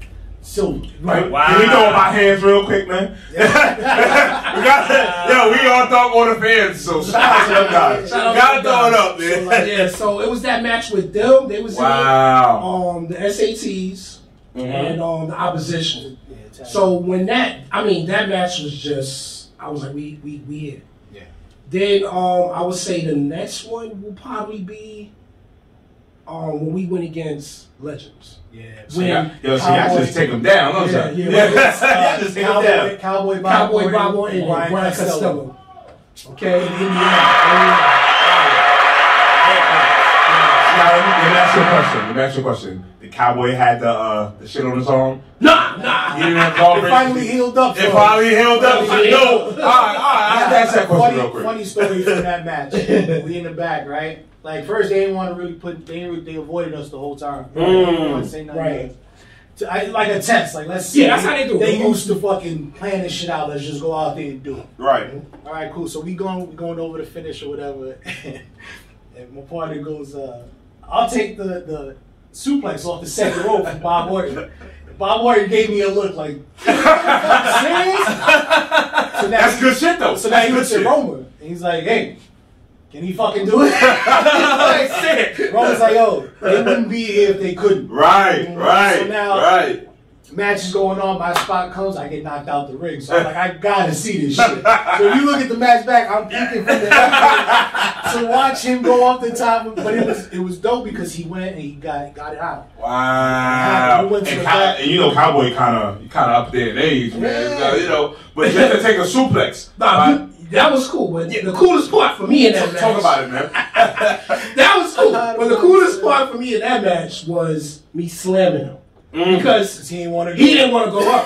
E: Silver.
C: Right.
B: Wow.
C: Can we go on our hands real quick, man? we got yo, we all thought on the fans, so shout out to them guys.
D: Shout out to
C: Gotta
D: them
C: throw it up,
D: guys. So, like,
C: man.
D: Oh, yeah, so it was that match with them. They was in it.
C: Wow.
D: Um, the SATs. and um, the opposition.
E: Yeah, tag.
D: So when that, I mean, that match was just, I was like, we, we, we here.
E: Yeah.
D: Then um, I would say the next one will probably be um, when we went against Legends.
E: yeah.
D: When
C: Yeah, yo, see, I
D: Cowboy-
C: just take them down. I'm
D: Yeah,
C: sorry.
D: yeah,
C: Yeah,
D: well, it's,
C: I
E: Uh,
C: just take them
E: Cowboy,
C: down.
E: Cowboy Bob
D: Cowboy
E: Orton
D: Bob Orton and
E: Brian
D: Brian
E: Costello.
D: Costello. Okay, in Indiana. Yeah.
C: Now, let me ask you a question. Let me ask you a question. The cowboy had the uh, the shit on his arm.
D: Nah, nah.
C: He didn't have coverage.
E: It finally healed up.
C: It
E: for
C: finally healed up.
D: Finally
C: No.
D: healed
C: All right, all right. I have to ask that question
E: funny,
C: real quick.
E: funny story from that match. we in the back, right? Like first they didn't want to really put they didn't, they avoided us the whole time.
C: Mm.
E: Right? They didn't wanna say nothing
D: Right.
E: else. To- I, like a test, like let's see.
D: Yeah, that's how they do it.
E: They used to fucking plan this shit out. Let's just go out there and do it.
C: Right.
E: All right, cool. So we going we going over the finish or whatever, and my partner goes, uh, "I'll take the the suplex off the second rope from Bob Orton." Bob Orton gave me a look like, "Serious?" So now
C: That's
E: he-
C: good shit though.
E: So now
C: That's
E: he
C: good
E: looks at
C: shit.
E: Roma and he's like, "Hey, can he fucking do it?"
C: That's it.
E: Roma's like, "Yo, they wouldn't be here if they couldn't."
C: Right. Right.
E: Mm-hmm. So now-
C: right.
E: match is going on, my spot comes, I get knocked out the ring. So I'm like, I gotta see this shit. So if you look at the match back, I'm peeking from the outside to watch him go off the top. But it was it was dope because he went and he got got it out.
C: Wow.
E: We went
C: And,
E: to the
C: cow-
E: back.
C: and you know, cowboy kind of kind of up there in age, man.
E: Yeah.
C: So, you know, but just to take a suplex.
D: Nah,
C: right?
D: you- that was cool, but the coolest part for me in that
C: Talk
D: match.
C: talk about it, man.
D: That was cool. But the coolest part for me in that match was me slamming him. Because
E: He didn't want to.
D: he didn't want to go up.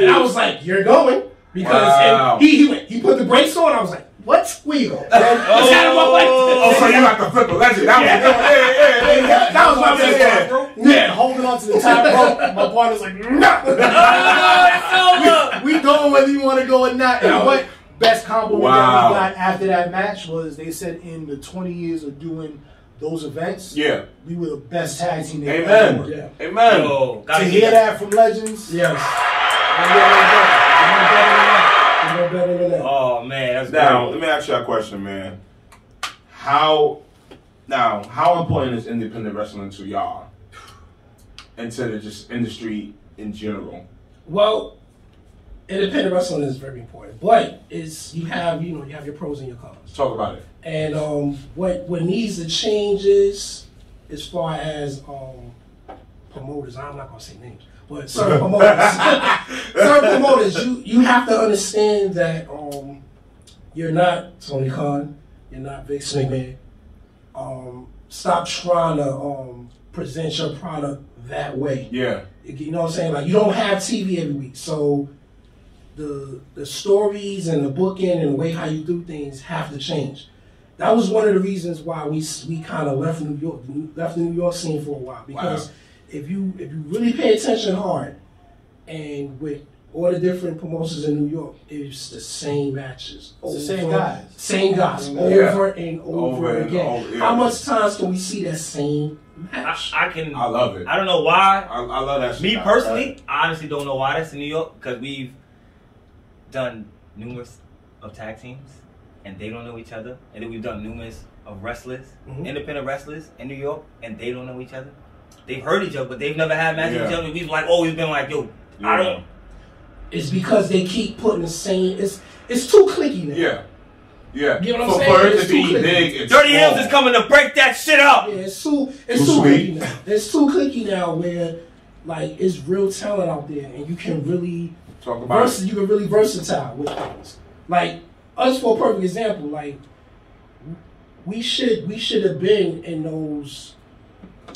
D: And I was like, you're going. Because and
C: Wow.
D: he, he went, he put the brakes on. I was like, what? Where you going? Let's have him up like this.
C: Oh, so you like the flip a legend? That was yeah, yeah, yeah, yeah.
D: That was my best
C: Yeah.
D: part, bro.
E: Yeah, holding on to the top rope. My partner's like,
B: Oh,
E: we going whether you want to go or not. And what best compliment
C: Wow.
E: that we got after that match was they said in the 20 years of doing those events,
C: Yeah.
E: we were the best tag team. they ever were.
C: Amen. Amen.
B: Yo,
E: To
B: gotta
E: hear
B: get
E: that from legends,
D: Yes.
E: yeah.
D: No better than that.
B: Oh man, that's
C: Now,
B: great.
C: let me ask you a question, man. How now? How important is independent wrestling to y'all, and to the just industry in general?
D: Well, independent wrestling is very important, but it's you have you know you have your pros and your cons.
C: Talk about it.
D: And um, what what needs to change is as far as um, promoters. I'm not gonna say names, but certain promoters, certain promoters, you you have to understand that um, you're not Tony Khan, you're not Vic McMahon. Um, stop trying to um, present your product that way.
C: Yeah.
D: You know what I'm saying? Like you don't have TV every week, so the the stories and the booking and the way how you do things have to change. That was one of the reasons why we s- we kind of left New York left the New York scene for a while because
C: Wow.
D: if you if you really pay attention hard and with all the different promotions in New York, it's the same matches.
E: It's the same
D: over-
E: guys.
D: Same guys.
E: Yeah.
D: Over and over,
C: Over and
D: again.
C: over, yeah.
D: How much times can we see that same match?
B: I, I can.
C: I love it.
B: I
C: I,
B: don't know why.
C: I love that. shit,
B: Me
C: man.
B: personally, I honestly don't know why that's in New York because we've done numerous of tag teams and they don't know each other, and then we've done numerous of wrestlers,
C: Mm-hmm.
D: Mhm.
B: independent wrestlers in New York, and they don't know each other. They've heard each other, but they've never had matches with each
C: Yeah.
B: other. We've like always been like, yo, I don't.
D: It's because they keep putting the same. It's it's too clicky now.
C: Yeah. Yeah.
D: You know what I'm
C: For-
D: saying?
C: For it
D: It's
C: to be
D: too
C: big, it's
B: Dirty Hills
C: small.
B: is coming to break that shit up.
D: Yeah, it's too
C: Too
D: it's too,
C: sweet.
D: clicky now. It's too clicky now where like it's real talent out there and you can really
C: Talk about
D: vers- you can really versatile with things. Like us for a perfect example, like we should we should have been in those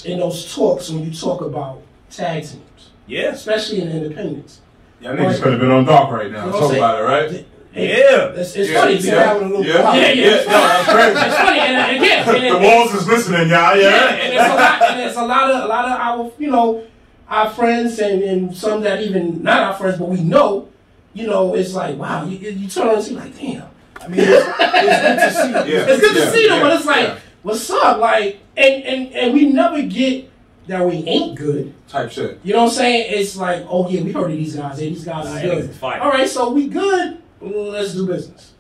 D: in those talks when you talk about tag teams,
B: Yes.
D: especially in independence.
C: it. Y'all niggas could have been on dark right now.
D: You know what
C: Talk
D: I'm
C: about it, right?
D: saying?
B: Yeah.
D: It's, it's
C: Yeah,
D: funny.
C: yeah,
D: man.
E: having a little
C: yeah,
E: pop.
D: Yeah, yeah.
C: No, that's
D: It's
C: crazy.
D: funny, and, and again, and it-
C: the walls is listening, y'all.
D: Yeah,
C: Yeah.
D: and it's a lot. And it's a lot of a lot of our you know our friends and, and some that even not our friends, but we know. You know, it's like wow. You, you turn on and see like damn.
E: I mean, it's, it's good to see.
C: Yeah.
D: It's good
C: yeah,
D: to see them,
C: yeah,
D: but it's like
C: yeah.
D: what's up? Like and and and we never get that we ain't good.
C: Type shit.
D: You know what I'm saying? It's like oh yeah, we heard of these guys. Yeah, these guys
B: Nah,
D: is
B: niggas
D: good.
B: is fire.
D: All right, so we good. Well, Let's do business.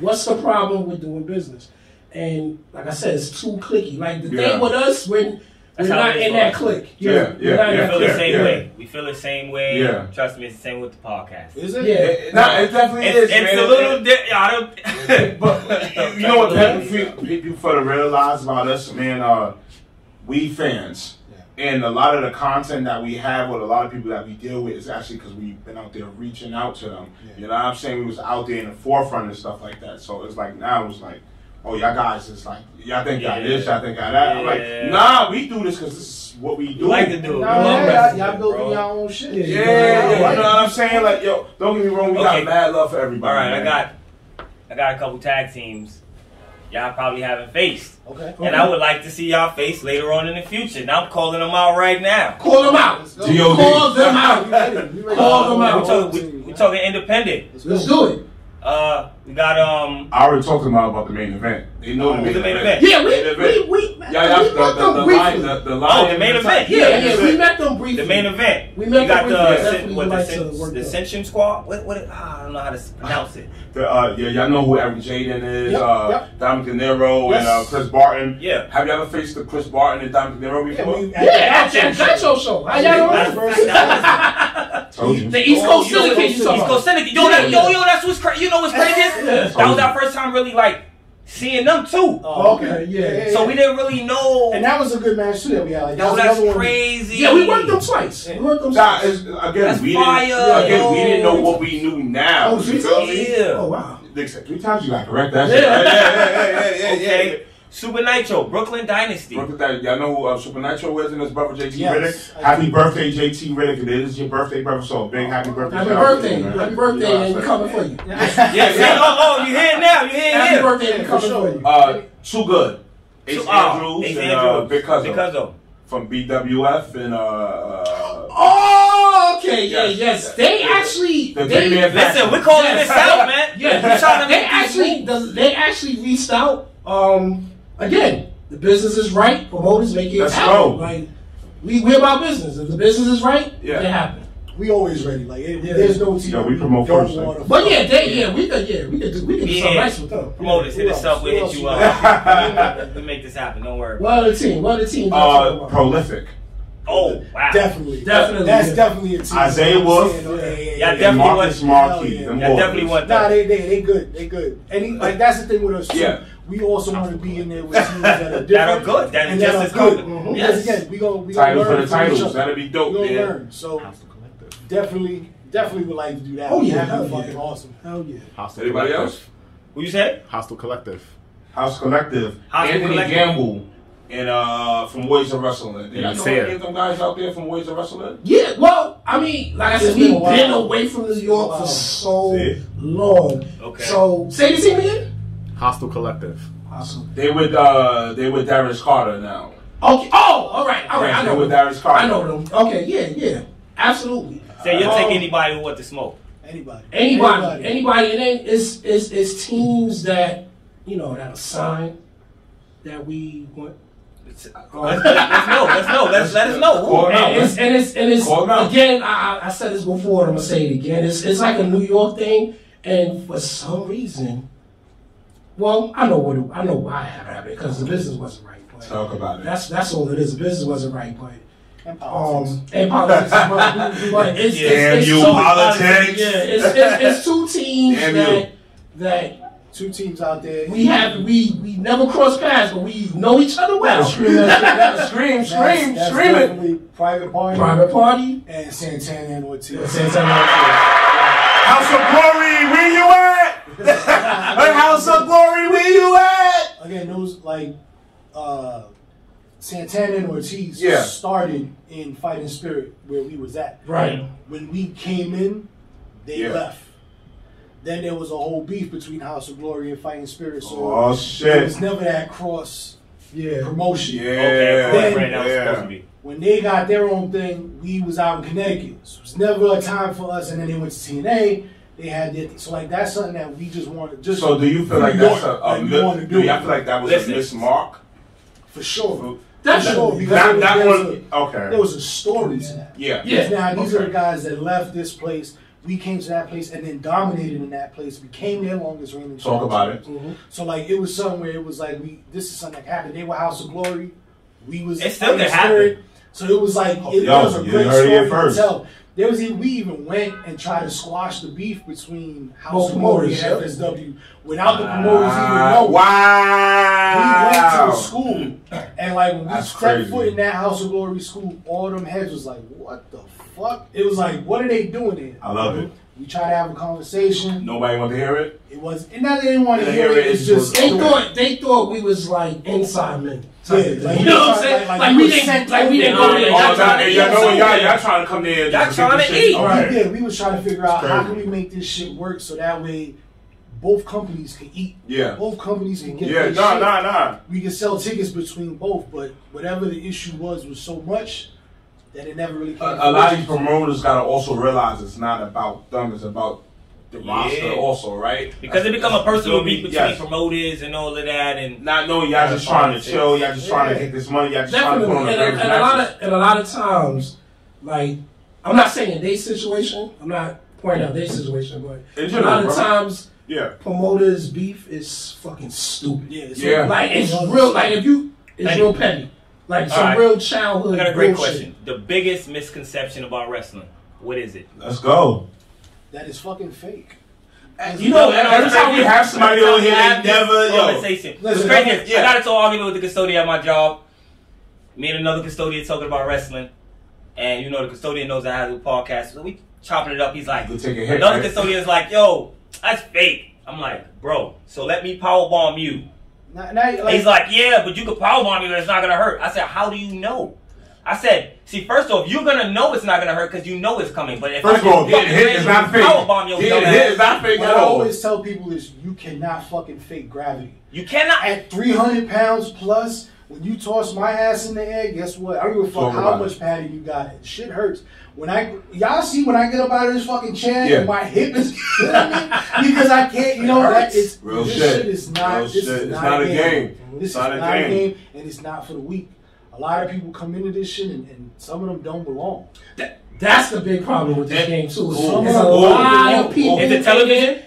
D: What's the problem with doing business? And like I said, it's too clicky. Like the
C: Yeah.
D: thing with us when
B: That's
D: We're
B: how
D: not
B: it is
D: in
B: for
D: that
B: us.
D: clique.
C: Yeah,
D: You're-
C: yeah,
D: you're not in
B: We
C: yeah,
D: that
B: feel
D: clique.
B: the same
C: yeah.
B: way. We feel the same way.
C: Yeah.
B: Trust me, it's the same with the podcast. It's,
E: Is it?
D: Yeah.
C: It, it- nah, it definitely
B: it's,
C: is. man.
B: a
C: It-
B: little
C: it-
B: di- I don't.
C: But you know what pe- pe- people to realize about us, man, uh, we fans. And a lot of the content that we have with a lot of people that we deal with is actually because we've been out there reaching out to them. You know what I'm saying? We was out there in the forefront and stuff like that. So it's like now it's like, oh, y'all guys, it's like, y'all think y'all this, y'all think y'all that. I'm
B: Yeah.
C: like, nah, we do this because this is what we do.
B: You like to do it.
E: Nah,
B: We love
E: y'all-
B: wrestling,
E: y'all building
B: bro.
E: your own shit.
C: Yeah, yeah, you know what
E: Like,
C: I'm saying? Like, yo, don't get me wrong, we
B: Okay.
C: got mad love for everybody.
B: All right, I
C: man.
B: got, I got a couple tag teams. Y'all probably haven't faced,
E: Okay.
B: and I would like to see y'all face later on in the future. Now I'm calling them out right now.
D: Call them out.
E: Let's go.
C: D.O.D..
D: Call them out. Call them
B: Uh, We
D: out.
B: talk- we- we talking independent.
D: Let's do it.
B: Uh, we got um.
C: I already talked to them about the main event. They know the, main
B: the main event.
C: event.
D: Yeah, we
C: Main
D: we
C: event.
D: we,
C: Yeah,
D: we
C: yeah, the,
D: met
C: the,
D: them
C: the, line,
D: briefly.
C: the, the
B: Oh,
C: line.
B: the main event.
D: yeah, yeah, we met them briefly.
B: The main event.
D: We met
B: you got
D: the
B: the,
D: briefing.
B: Ascen-
D: That's
B: what,
D: what we
B: the,
D: like
B: Ascen-
D: to work
B: the
D: on.
B: Ascension Squad. What? What? ah, I don't know how to s- pronounce it.
C: The, uh, yeah, y'all know who Eric Jaden is,
E: Yep,
C: uh,
E: yep.
C: Dominic De Niro, and uh,
E: Yes.
C: Chris Barton.
B: Yeah.
C: Have you ever faced the Chris Barton and Dominic De Niro before?
E: we-
D: Yeah, at that Nacho show. How y'all
B: That's-
D: know?
B: that's- that's-
C: Told you.
D: The East
E: Oh,
D: Coast
E: you know
D: Syndicate. you talking
E: what I'm saying.
B: East
D: about.
B: Coast Syndicate. Yo, that, yo, yo, that's what's crazy. You know what's crazy? is? that was our first time really like seeing them too.
E: Oh,
D: Okay, yeah.
B: So we didn't really know.
E: And that was a good match too that we had. Like, that
B: Yo,
E: was
B: that's
E: another one-
B: crazy.
D: Yeah, we worked them twice. We worked them
C: Nah,
D: twice.
C: it's, again,
B: That's
C: we
B: fire,
C: didn't. Again, we
B: yo.
C: didn't know what we knew now.
D: Oh,
C: you
D: three
C: feel
D: times?
C: me?
B: Yeah.
D: Oh, wow.
C: Except three times you got correct that shit. Yeah, yeah, yeah, yeah, yeah. yeah, yeah.
B: Okay. Super Nitro, Brooklyn Dynasty.
C: Look at that. Y'all know who uh, Super Nitro is and his brother JT
E: Yes,
C: Riddick.
E: I
C: Happy birthday, JT Riddick. It is your birthday, brother. So a big happy birthday.
D: Happy
C: shout out to
D: birthday.
C: you, man.
D: Happy birthday, and
C: You
D: we're
C: know what I'm
D: coming for you.
B: Yeah, yeah, oh, oh, you here now? You here?
D: Happy
B: here.
D: birthday, and we're coming
E: sure.
D: for you.
C: saying? Uh, too good. Ace
B: Two- oh,
C: Andrews
B: Ace
C: and uh,
B: Andrews.
C: Big Cousin
B: Cousin.
C: from BWF and uh, uh,
D: Oh, okay, yeah,
C: Yes.
D: yes. They actually,
C: The
D: they,
C: big man
B: Listen, we're calling this out, man.
D: yeah,
B: We're trying to
D: they
B: make these
D: actually,
B: moves.
D: the, they actually reached out. Um, again, the business is right. Promoters make it
C: Let's
D: happen.
C: go.
D: Like, we we about business. If the business is right,
C: Yeah.
D: it happens.
E: We always ready. Like it,
D: Yeah.
E: there's no team.
C: Yeah, we promote
E: don't
C: first,
E: wanna-
C: like-
D: But yeah, they yeah we could yeah we could do we could do
B: Yeah.
D: something nice with them.
B: Promoters, hit
E: Who
B: us up.
E: else?
B: We'll
E: Who
B: hit
E: else
B: you
E: you
B: up. We'll make this happen. Don't worry.
D: What other team? What other team?
C: uh, prolific.
B: Oh, wow.
E: Definitely,
D: Definitely,
E: That's
D: yeah.
E: definitely a team.
C: Isaiah Wolf.
E: Yeah, yeah, yeah,
B: Yeah,
E: yeah.
C: And
B: definitely
C: Marcus
B: want-
C: Marquis.
E: Hell yeah.
C: them
B: Yeah,
C: boys.
B: definitely want
E: Nah,
B: that.
E: they they they good. They good. And he, like that's the thing with us too.
C: Yeah.
E: We also want to be in there with teams that are different.
B: That are good. That
E: and
B: are just as
E: good.
B: good.
E: Mhm.
B: Yes.
E: Because again, we go we gonna
C: Title
E: learn
C: for the
E: from each
C: titles.
E: other.
C: That'd be dope,
E: we gonna
C: man.
E: learn. So definitely definitely would like to do that.
D: Oh, yeah,
E: That'd be
D: hell
E: fucking
D: yeah.
E: awesome.
D: Hell yeah.
G: Hostile
C: Anybody
G: Collective.
C: else?
B: Who you said?
G: Hostile Collective.
C: House Collective.
B: House
C: Anthony
B: Collective.
C: Gamble. And uh, from Ways of Wrestling. Did
G: Yeah,
C: you know
G: I see
C: any of them guys out there from Ways of Wrestling?
D: Yeah, well, I mean, like I said,
E: It's been
D: we've
E: a while.
D: been away from New York
E: Wow.
D: for so
C: Yeah.
D: long.
B: Okay.
D: So say the team again.
G: Hostile Collective.
D: Awesome.
C: They with uh, they with Darius Carter now.
D: Okay. Oh, all right. All right. I
C: They
D: know
C: with
D: them.
C: Darius Carter.
D: I know them. Okay. Yeah. Yeah. Absolutely.
B: Say you'll
C: Oh.
D: Um,
B: take anybody who wants to smoke.
E: Anybody.
D: Anybody. Anybody. And then it's it's it's teams that you know that are signed that we want.
B: Let's, let's, let's know. Let's know. Let's let us know.
C: Call
B: Who?
C: it out.
D: And it's and it's and it's
C: Call them out.
D: again. I, I- I said this before, and I'm gonna say it again. It's it's like a New York thing, and for some reason, well, I know what it, I know why it happened because the business wasn't right. But
C: Talk about it.
D: That's that's all it is. The business wasn't right, but
E: And politics.
D: um, and politics. but but it's,
C: Damn
D: it's, it's
C: you,
D: so,
C: politics.
D: Yeah, it's, it's, it's two teams
C: Damn
D: that
C: you.
D: that
E: Two teams out there.
D: we have we we never cross paths, but we know each other well.
C: Scream,
E: That's-
C: scream,
E: that's
C: scream it.
E: definitely Private Party
D: Private party.
E: and Santana and Ortiz.
C: House of Glory, where you at? Hey, House of Glory, where you at?
E: Again, those like uh, Santana and Ortiz
C: Yeah.
E: started in Fighting Spirit where we was at.
D: Right.
E: When we came in, they
C: Yeah.
E: left. Then there was a whole beef between House of Glory and Fighting Spirit, so
C: Oh
E: it
C: shit!
E: was never that cross
D: Yeah.
E: promotion.
C: Yeah,
B: Okay, cool.
E: Then-
B: right now it's
C: yeah.
B: supposed to be.
E: When they got their own thing, we was out in Connecticut. So it was never a time for us. And then they went to TNA. They had their so like that's something that we just wanted. Just
C: So do you feel like
E: we
C: that's a,
E: want-
C: a
E: like, we
C: mi-
E: wanna
C: do
E: do
C: y'all
E: it.
C: feel like that was
B: Listen.
C: a mismark?
E: for sure?
D: That's
E: For
D: true.
E: sure, because
C: That-
E: there was-
C: that
E: there was
C: one-
E: a-
C: okay.
E: There was a story to that.
C: Yeah.
D: Yeah.
E: Now these are
C: Okay.
E: the guys that left this place. We came to that place and then dominated in that place. Became their longest reigning. Mm-hmm.
C: Talk about it.
E: champions. So like it was somewhere. It was like we. This is something that happened. They were House of Glory. We was
B: It still
E: in the
B: could happen.
E: spirit. So it was like it,
C: Yo,
E: was a
C: you
E: great
C: heard it
E: story to
C: first.
E: tell. There was even, we even went and tried to squash the beef between House
D: Both
E: of Mori and
D: promoters, yep.
E: FSW without the promoters
C: Uh, Ah,
E: even knowing. We went to
C: wow.
E: the school, and like when we
C: That's
E: stepped
C: crazy.
E: foot in that House of Glory school, all them heads was like, "What the fuck?" It was like, "What are they doing there?"
C: I love it.
E: We tried to have a conversation.
C: Nobody want to hear it.
E: It was, and now they didn't want to
C: Yeah,
E: hear
C: here
E: it.
C: it
E: It's
C: is.
E: just
D: They thought they thought we was like inside men.
E: yeah,
D: type of
E: like,
D: thing.
E: we
B: know what I'm
E: tried-
B: saying?
E: Like,
B: Like,
E: we
B: we
E: was
B: didn't-
E: sent
B: like, we
E: through
B: didn't
E: there.
B: go there.
C: Oh,
B: Y'all trying
C: y'all,
B: to
C: y'all
B: eat
C: know what? Y'all,
B: something.
C: y'all trying to come there.
B: Y'all
C: just
B: trying
C: get
B: to
C: this shit.
B: eat.
C: All
E: Right.
C: right.
E: Yeah, we was trying to figure out how
C: crazy.
E: can we make this shit work so that way both companies can eat.
C: Yeah.
E: Both companies can get.
C: Yeah,
E: their
C: nah,
E: shit.
C: nah, nah.
E: we could sell tickets between both, but whatever the issue was was so much that it never really came.
C: A, a lot of these promoters gotta also realize it's not about them. It's about the roster
B: Yeah.
C: also, right?
B: Because it become a personal beef between
C: Yes.
B: promoters and all of that, and
C: Not knowing y'all just trying to chill. Y'all just trying to
D: Yeah.
C: get this money. Y'all just
D: Definitely,
C: trying
D: and,
C: to put on
D: and,
C: the
D: and a lot of and a lot of times, like I'm not saying in their situation, I'm not pointing out their situation, but
C: In
D: a lot
C: general, bro.
D: of times
C: Yeah.
D: promoters beef is fucking stupid.
E: yeah, it's
C: Yeah.
D: Like it's real. Like if you, it's
B: Thank
D: real
B: you.
D: petty. Like
B: All
D: some
B: right.
D: real
B: I
D: childhood.
B: got a great
D: bullshit.
B: question. The biggest misconception about wrestling, what is it?
C: Let's go.
E: that is fucking fake.
C: Uh, You
B: No,
C: know,
B: no,
C: every
B: it's
C: time we
B: crazy.
C: have somebody
B: Every
C: on
B: time
C: here,
B: we have
C: they
B: this
C: never yo.
B: Conversation. What's
E: Listen,
B: crazy
C: I'm-
B: is
C: yeah.
B: I got into an argument with the custodian at my job. Me and another custodian talking about wrestling, and you know the custodian knows I have a podcast, so we chopping it up. He's like,
C: You take a hit,
B: another
C: right?
B: custodian's like, "Yo, that's fake." I'm like, "Bro, so let me power bomb you."
E: Now, now,
B: And He's like, yeah, but you could power bomb me, but it's not gonna hurt. I said, how do you know? I said, see, first off, you're gonna know it's not gonna hurt because you know it's coming. But if I
C: First of
B: just
C: all,
B: fucking
C: getting hit is not fake.
B: Power bomb your dumb
C: Getting hit
B: ass,
C: is not fake
E: what
C: at
E: I
C: all.
E: always tell people is you cannot fucking fake gravity.
B: you cannot.
E: At 300 pounds plus, when you toss my ass in the air, guess what? I don't give a fuck
C: Talk
E: how
C: about
E: much
C: it.
E: padding you got. Shit hurts. When I y'all see when I get up out of this fucking chair,
C: Yeah.
E: and my hip is killing me because I can't. You know that is
C: Real
E: this
C: shit.
E: is not.
C: Real
E: this
C: shit.
E: is
C: It's
E: not,
C: not
E: a
C: a
E: game.
C: game.
E: This
C: It's
E: is
C: not a
E: not a
C: game.
E: game, and it's not for the weak. A lot of people come into this shit, and, and some of them don't belong.
D: That's the big problem with this
C: That-
D: game too. Is
C: Ooh.
D: it's a
E: Ooh.
D: lot
E: Ooh.
D: of people.
B: Is it television?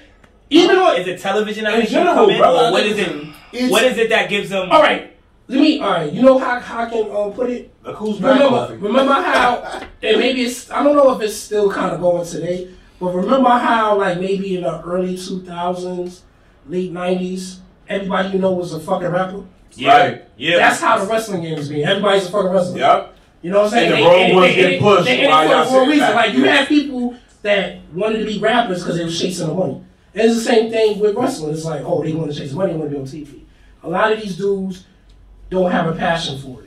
D: Even on
B: Is it television that
C: In
B: makes you
C: general,
B: come in,
C: bro,
B: or what is
E: it's-
B: it? What is it that gives them?
D: all right, let me. All right, you know how how I can um, put it.
C: Look who's back.
D: Remember,
C: Kofi.
D: remember how, and maybe it's, I don't know if it's still kind of going today, but remember how, like, maybe in the early 2000s, late 90s, everybody you know was a fucking rapper?
B: Yeah,
C: Right.
B: yeah.
D: That's how the wrestling game is being. Everybody's a fucking wrestler.
C: Yep.
D: You know what I'm saying?
C: And the
D: They-
C: wrong
D: they-
C: ones
D: they-
C: get
D: they-
C: pushed
D: They, and
C: while
D: for
C: y'all
D: the wrong
C: sitting
D: reason.
C: back.
D: Like, you
C: Yeah.
D: had people that wanted to be rappers because they were chasing the money. And it's the same thing with wrestling. It's like, oh, they want to chase money, they want to be on TV. A lot of these dudes don't have a passion for it.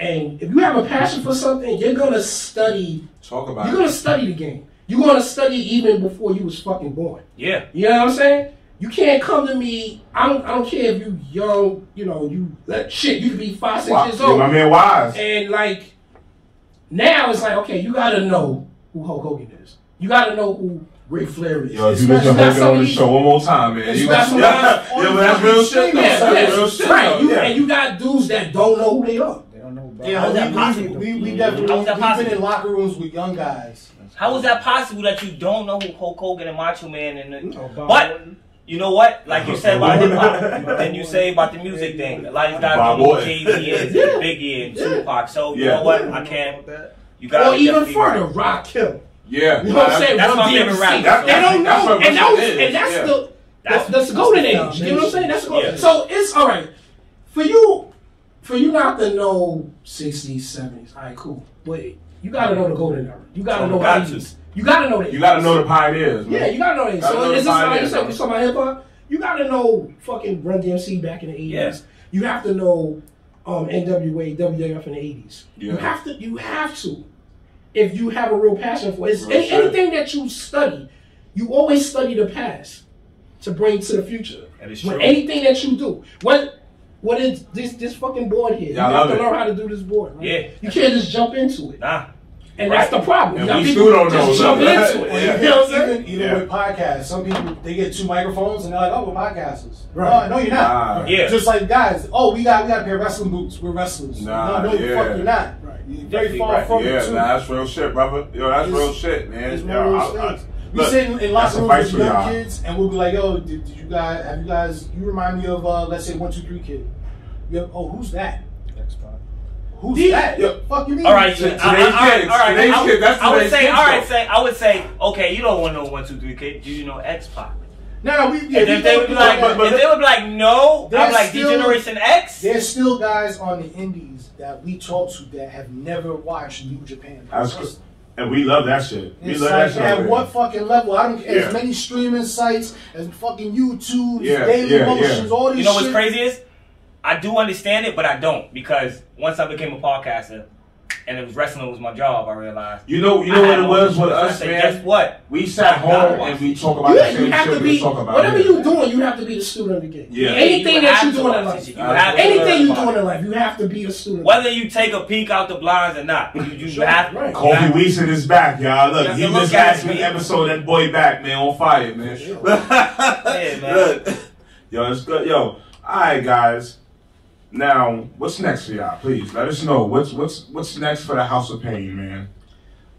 D: And if you have a passion for something, you're gonna study.
C: Talk about
D: You're
C: it.
D: gonna study the game. You're gonna study even before you was fucking born.
B: yeah.
D: You know what I'm saying? You can't come to me. I don't. I don't care if you young. You know, you that shit. You could be five, six
C: Wow.
D: years
C: Yeah,
D: old.
C: my man Wise.
D: And like now it's like, okay, you gotta know who Hulk Hogan is. You gotta know who Ric Flair is.
C: Yo, if you mention
D: That's
C: Hogan on the
D: something-
C: show one more time, man. You got,
D: Especially-
C: yeah, yeah, but that's real shit, though.
D: Yeah,
C: That's
D: yes,
C: real shit,
D: right.
C: though.
D: You,
C: yeah.
D: And you got dudes that don't know who they are.
E: Yeah,
B: How's that
E: we,
B: possible?
E: we, we, we definitely
B: How's that
E: we've been
B: possible?
E: in locker rooms with young guys.
B: How is that possible that you don't know who Hulk Hogan and Macho Man and the, but you know what? Like you said about hip hop, then you say about the music thing. A lot of these guys
C: Bob
B: don't know who
C: Orton.
B: Jay Z is, and Biggie, and Tupac. So you
C: Yeah.
B: know what? I can't. You got
D: Or even further, Rock Hill.
C: yeah.
D: You know what I'm saying?
B: That's
D: Run
B: my favorite
D: DMC.
B: rapper.
C: That's-
D: they don't
C: that's
D: know,
C: what
D: and,
C: Russia
D: those,
C: is.
D: and that's
C: Yeah.
D: the
B: That's-
D: that's, the golden
E: that's
D: age.
E: the
D: You know what I'm saying? That's the golden.
B: Yeah.
D: So it's all right for you, for you not to know '60s, '70s. All right, cool, but you gotta know the golden era. You gotta
B: Oh,
D: know
B: got
D: the
B: to.
D: '80s. You gotta know the
C: You gotta
D: 80s.
C: know the pioneers, man.
D: Yeah, you gotta know that.
C: Gotta
D: so
C: know
D: it's
C: the
D: just like you
C: pioneers,
D: said,
C: bro.
D: we talking about hip hop. You gotta know fucking Run DMC back in the eighties.
B: Yeah.
D: You have to know um, NWA, WWF in the eighties. You
C: Yeah.
D: have to. You have to. If you have a real passion for it, It's-
C: Real
D: a-
C: shit.
D: anything that you study, you always study the past to bring to the future.
B: That is
D: With
B: true.
D: anything that you do, what what is this this fucking board here?
C: Yeah, I
D: you have
C: love
D: to
C: it.
D: learn how to do this board. Right?
B: Yeah.
D: you can't just jump into it,
B: Nah.
D: and
B: Right.
D: that's the problem.
C: And
D: Now
C: we
D: people
C: still don't
D: just
C: know.
D: jump into it.
C: Yeah.
D: You know what I'm saying?
E: Even, even
C: Yeah.
E: with podcasts, some people they get two microphones and they're like, "Oh, we're podcasters." Oh,
D: Right.
E: No, no, you're
C: Nah.
E: not.
B: Yeah.
E: Just like guys, oh, we got we got a pair of wrestling boots. We're wrestlers.
C: Nah,
E: no, no,
C: yeah.
E: the fuck, you're not.
D: Right.
E: You're
B: Definitely
E: very far
B: right.
E: from
C: Yeah,
E: it too.
C: nah, that's real shit, brother. Yo, that's
E: It's-
C: real shit, man.
E: It's one
C: Yo,
E: of
C: I-
E: those
C: I-
E: things. We
C: look,
E: sit in,
C: that's
E: in locker
C: a
E: rooms
C: fight
E: with
C: for
E: young
C: y'all.
E: kids, and we'll be like, "Yo, did, did you guys? Have you guys? You remind me of uh, let's say one, two, three kid. You have, oh, who's that? Who's
C: Yeah.
E: that?
C: Yeah.
E: Fuck you mean?
B: All right, so I,
C: Today's
B: I, all right,
C: kids,
B: all right.
C: today's
B: I, would-
C: kids, that's
B: I would
C: today's
B: say,
C: kids,
B: all right,
C: though.
B: say, I would say, okay, you don't want no one, two, three kid. Do you know X Pac?
E: No, no, we. Yeah,
B: And
E: we
B: if they
E: go
B: would be
E: through
B: like,
E: all that.
B: if they would be like, no, I'm
E: There's
B: like,
E: still-
B: Degeneration X.
E: There's still guys on the indies that we talk to that have never watched New Japan.
C: That's good. And we love that shit. We
E: It's
C: love
E: like,
C: that shit. over
E: at
C: here.
E: what fucking level? I don't care.
C: Yeah.
E: As many streaming sites, as fucking YouTube,
C: Yeah,
E: daily
C: yeah,
E: motions,
C: yeah.
E: all these
B: You know what's
E: shit.
B: crazy is, I do understand it, but I don't because once I became a podcaster, and it was wrestling was my job, I realized.
C: You know, you know
B: I
C: what
B: had
C: it
B: all
C: was
B: these
C: with
B: people. I
C: us,
B: said,
C: man.
B: Guess what?
C: We sat home
B: watch
C: and we
B: it.
C: talk about
D: You,
C: the
D: you
C: same
D: have
C: shit
D: to
C: we
D: be
C: talk about.
D: whatever
C: here.
D: you're doing. You have to be the student of the game.
C: Yeah.
D: Anything
B: You
D: that
B: have
D: you're
B: to
D: doing in
B: watch it.
D: life,
B: You have to learn
D: anything you're
B: about
D: doing
B: it.
D: in life, you have to be a student.
B: Whether you take a peek out the blinds or not, you, you have
D: right.
C: Kobe Weason is back, y'all. Look,
B: Got
C: he
B: to look
C: just
B: at
C: last
B: it,
C: week
B: man.
C: episode that boy back, man, on fire, man.
B: Yeah, man.
C: Look, yo, it's good, yo. All right, guys. Now, what's next for y'all? Please let us know what's what's what's next for the House of Pain, man.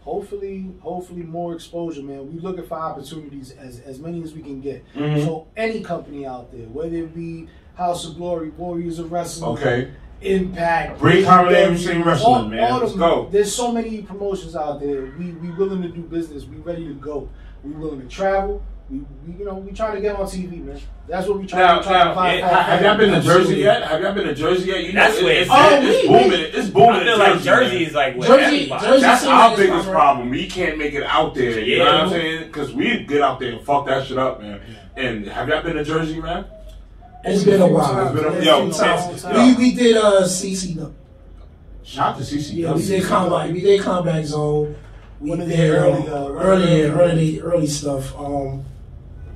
E: Hopefully, hopefully more exposure, man. We looking for opportunities as as many as we can get.
C: Mhm.
E: So any company out there, whether it be House of Glory, Warriors of Wrestling,
C: Okay,
E: Impact,
C: Bring Conrad
E: AEW,
C: Anderson Wrestling, man. Let's
E: them.
C: go.
E: There's so many promotions out there. We we willing to do business. We ready to go. We willing to travel. We, we you know we trying to get on TV, man. That's what we trying,
C: now,
E: we trying to
C: now,
E: find.
C: ha-
E: find-
C: have y'all been to Jersey
E: Absolutely.
C: yet? Have y'all been to Jersey yet? You
B: That's
C: know,
B: where
C: it- it's,
B: it's at.
C: it's
D: Oh, we-
C: booming. It's booming.
B: I
C: in
B: feel like
C: man.
B: Jersey is like with
D: Jersey-
B: everybody.
D: Jersey-
C: That's
D: seems
C: our
D: like
C: biggest
D: it's my
C: problem. We can't make it out there. You know
B: Yeah.
C: what I'm saying? Because we get out there and fuck that shit up, man. And have y'all been to Jersey, man?
D: it's been a while.
C: It's been a-
D: It's
C: yo,
D: been
C: it's-
D: time.
C: yo.
D: we we did uh CC though.
C: Shout out to CC.
D: Yeah, we did combat. We did combat zone. We did early, uh, early, early, early stuff. Um,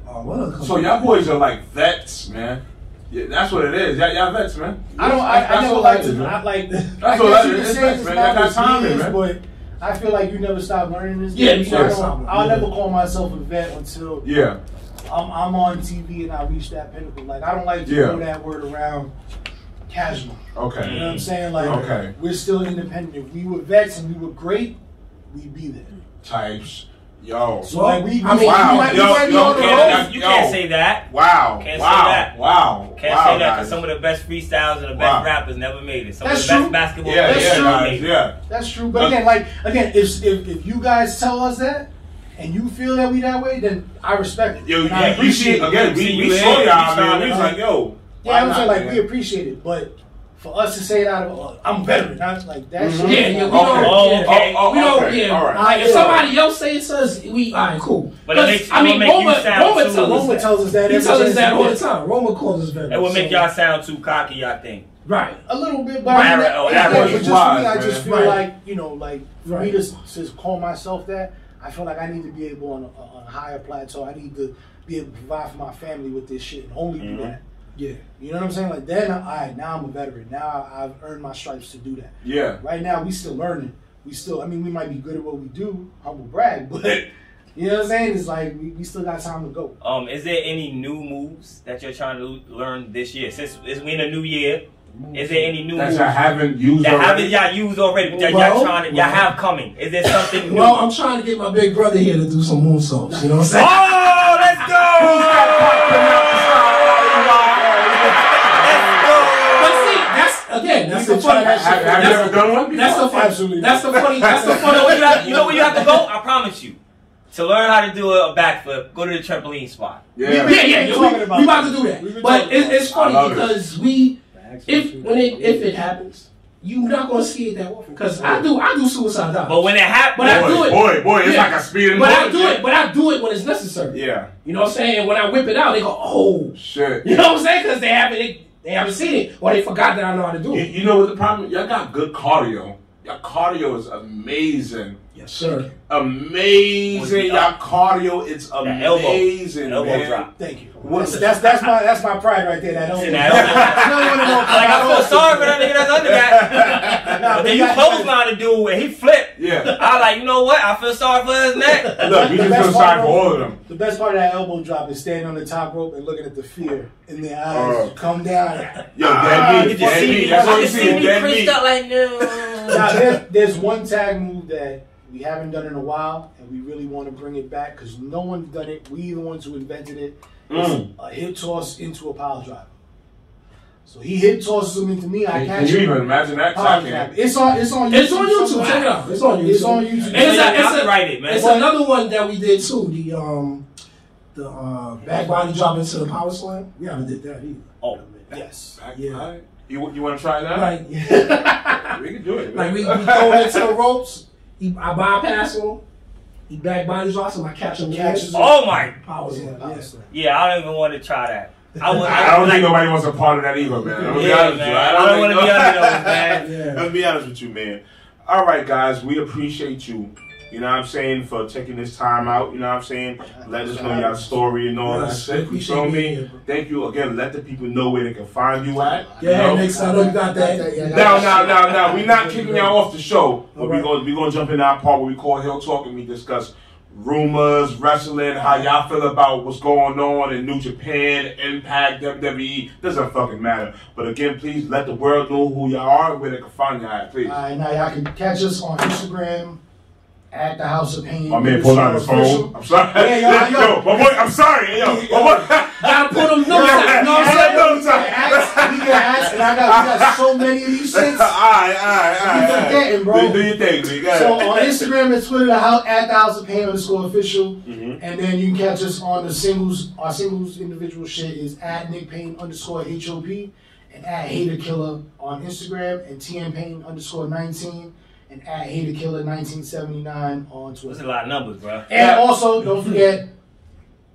D: uh, what other
C: So
D: company?
C: y'all boys are like vets, man. Yeah, that's what it is. Y'all, y'all vets, man.
E: I don't. I,
C: That's-
E: I
C: that's
E: never
C: what
E: liked
C: it is,
E: it.
C: man.
E: I like.
C: That's
E: I
C: what
E: guess
C: it
E: you
C: is.
E: can
C: It's
E: say
C: nice,
E: it's
C: man.
E: not
C: That's
E: as
C: how time
E: it
C: is,
E: is,
C: man.
E: but I feel like you never stop learning this.
D: Yeah,
E: game,
D: you
E: so I
D: never
E: don't-
D: stop.
E: I'll never call myself a vet until
C: Yeah.
E: I'm, I'm on TV and I reach that pinnacle. Like I don't like to
C: Yeah.
E: throw that word around casually. You know what
C: Okay.
E: I'm saying? Like
C: Mm. Okay.
E: we're still independent. If we were vets and we were great, we'd be there.
C: Types. Yo.
E: So like we,
D: I
E: we-
D: mean,
E: we
C: Wow.
E: might,
C: Yo,
E: we might be
C: yo,
E: on the
C: yo,
E: road.
B: Can't- you can't say that.
C: Wow.
B: Can't say
C: wow.
B: that.
C: Wow.
B: Can't
C: wow,
B: say that
C: guys.
B: because some of the best freestyles and the best
C: Wow.
B: rappers never made it. Some
E: That's
B: of the
E: true.
B: best basketball
C: yeah,
E: That's
B: players
C: yeah,
E: true.
B: never
C: guys,
B: made it.
C: yeah.
E: That's true. But again, like again, if, if if you guys tell us that and you feel that we that way, then I respect it.
C: Yo,
E: And I
C: yeah, we see again.
B: See
C: We, we
B: you
C: saw
B: in, you
C: y'all, man.
B: saw
C: We
B: it.
C: was like, yo. why
E: Yeah, I'm saying
C: not,
E: like
C: man?
E: we appreciate it, but for us to say it out of uh, I'm a veteran, not like that
C: Mhm.
E: shit.
D: Mm-hmm. Yeah, yeah, we
C: Okay.
D: don't.
B: Oh,
D: yeah.
B: okay.
C: Oh,
D: we don't.
C: okay.
D: Yeah.
C: All right.
D: Alright, if somebody else says us, we all right, cool.
B: But it
D: 'Cause,
B: makes- it
D: I mean,
B: will make you
D: Roma,
B: sound
D: Roma
B: too-
D: tells us
E: Roma
D: that.
E: tells us that
D: He
E: every
D: tells us
E: chance
D: that
E: he
D: all the
E: gets.
D: time. Roma calls us veterans.
B: It would make
D: so-
B: y'all sound too cocky, I think.
D: right.
E: A little bit, but I mean,
B: Right,
E: that-
B: oh,
E: yeah,
B: that
E: but
B: was
E: just
C: wise,
E: me, I
C: man.
E: just feel
D: Right.
E: like you know, like for me
D: Right.
E: to s- just call myself that, I feel like I need to be able on a, on a higher plateau. I need to be able to provide for my family with this shit and only
D: Mm-hmm.
E: do that.
D: Yeah.
E: You know what I'm saying? Like then, all right, now I'm a veteran. Now I- I've earned my stripes to do that.
C: Yeah.
E: Right now, we still learning. We still, I mean, we might be good at what we do, humble brag, but you know what I'm saying? It's like we, we still got time to go.
B: Um, is there any new moves that you're trying to learn this year? Since it's we in a new year, is there any new
C: That
B: moves
C: y'all haven't used
B: that
C: already.
B: haven't y'all used already? That y'all
D: Well,
B: trying to, y'all
D: well.
B: have coming? Is there something new?
D: Well, I'm trying to get my big brother here to do some moonsaults. You know what I'm
C: Ah!
D: saying?
B: oh, let's
D: But
B: go!
D: see, that's again, that's
E: You
D: the
E: can try
D: funny.
E: that
C: Have, have you
D: that's-
C: ever done one? before?
D: That's the funny.
E: Absolutely.
D: That's the funny. That's the
B: You know, where
D: funny.
B: you, have, you know where you have to go? I promise you. To learn how to do a backflip, go to the trampoline spot.
C: Yeah.
D: Yeah, yeah, yeah.
E: talking
D: We,
E: about
D: we about to
E: that.
D: do
E: We were
D: that. But
E: talking
D: it,
E: about
D: it's
C: I love
D: funny
C: it.
D: because we, if when it if it happens, you're not gonna see it that often. Because I do I do suicide dives.
B: But when it happens,
D: But I do
C: Boy,
D: it.
C: boy, boy, it's
D: Yeah.
C: like a speeding
D: But I
C: bullet,
D: do
C: yeah.
D: it. But I do it when it's necessary.
C: Yeah.
D: You know what I'm saying? And when I whip it out, they go, oh,
C: Shit.
D: you know what I'm saying? Because they haven't they, they haven't seen it or they forgot that I know how to do
C: You,
D: it.
C: you know what the problem? Y'all got good cardio. Y'all cardio is amazing.
D: Yes, sir.
C: Amazing.
B: Well,
C: Y'all cardio is
B: the elbow,
C: amazing.
B: elbow
C: man.
B: drop.
E: Thank you. That's, that's that's my that's my pride right there. That don't.
B: That elbow.
E: No, no, no, no,
B: Like I feel
E: don't-
B: sorry for that nigga that's under that.
E: Nah,
B: but
E: but
B: then you
E: that-
B: clothesline the dude and he flipped.
C: Yeah.
B: I like, you know what? I feel sorry for his neck.
C: Look, we
E: The
C: just
E: best
C: gonna
E: part
C: sign for all of them.
B: Ah,
E: The best part of that elbow drop is standing on the top rope and looking at the fear in their eyes.
C: Oh.
E: come down.
C: Yo,
B: You
C: dead meat,
B: just
C: dead
B: see
C: meat.
B: me-
C: That's
B: I
C: all you
B: just
C: see.
B: me
C: Dead
B: creased
C: meat.
B: up like
E: Now
B: no.
E: there's, there's one tag move that we haven't done in a while, and we really want to bring it back because no one's done it. We the ones who invented it. It's
C: Mm.
E: a hip toss into a pile driver. So he hit tosses him into me. I
C: Can
E: catch
C: you
E: him.
C: even imagine that? 'Cause I
E: Power
C: can't.
E: jab. It's on. It's on. YouTube.
D: It's on YouTube. Check it out. It's on YouTube.
E: It's on YouTube.
D: And it's, a, it's, a,
B: Copyright it, man.
D: it's another one that we did too. The um, the uh, back body drop into the power slam. We haven't did that either.
B: Oh.
E: Yes.
D: Yeah.
C: Alright. You, you want to try that?
D: Like,
C: We can do it.
D: like we, we throw him into the ropes. He, I bypass him. He back body drops him. I catch him.
E: Catches
D: Catches
E: him.
B: Oh my.
D: Power slam.
E: Power
D: yeah.
E: slam.
B: Yeah, I don't even want to try that. I would.
C: I don't
B: like,
C: think nobody wants a part of that either, man. I'm gonna be
B: Yeah,
C: honest with
B: man.
C: you.
B: I don't, want to be
C: think-
B: under those, man.
D: Yeah.
C: Let's be honest with you, man. All right, guys, we appreciate you. You know what I'm saying for taking this time out. You know what I'm saying. Let us know your story and all
D: Yes,
C: that shit. You
D: appreciate
C: feel
D: being
C: me?
D: here, bro.
C: Thank you again. Let the people know where they can find you at. you
D: Yeah,
C: know?
D: next I know you got that.
E: Yeah,
C: No, no, no, no. We're not kicking y'all off the show, but we're
D: Alright.
C: gonna we're gonna jump in our part where we call Hill Talk and we discuss rumors, wrestling, how y'all feel about what's going on in New Japan, Impact, WWE. Doesn't fucking matter. But again, please let the world know who y'all are and where they can find y'all at, please.
E: All right, now y'all can catch us on Instagram at the House of Pain.
C: My man pulled out his phone. I'm sorry.
E: Yeah, yeah,
C: yo,
E: yo.
C: my boy, I'm sorry. Yo, my boy.
D: Gotta put him notes out. You know what I'm saying?
C: I'm
E: We can ask, and I got, we got so many of these
C: All right, all
E: shits.
C: right, all right.
E: You forgetting, bro.
C: Do, do your thing, G. Go ahead.
E: So on Instagram and Twitter, the house, at the House of Pain underscore official,
C: Mhm.
E: and then you can catch us on the singles. Our singles individual shit is at Nick Payne underscore HOP and at Hater Killer on Instagram and TM Payne underscore nineteen and at Hater Killer nineteen seventy nine on
B: That's
E: Twitter.
B: a lot of numbers, bro.
E: And also, don't forget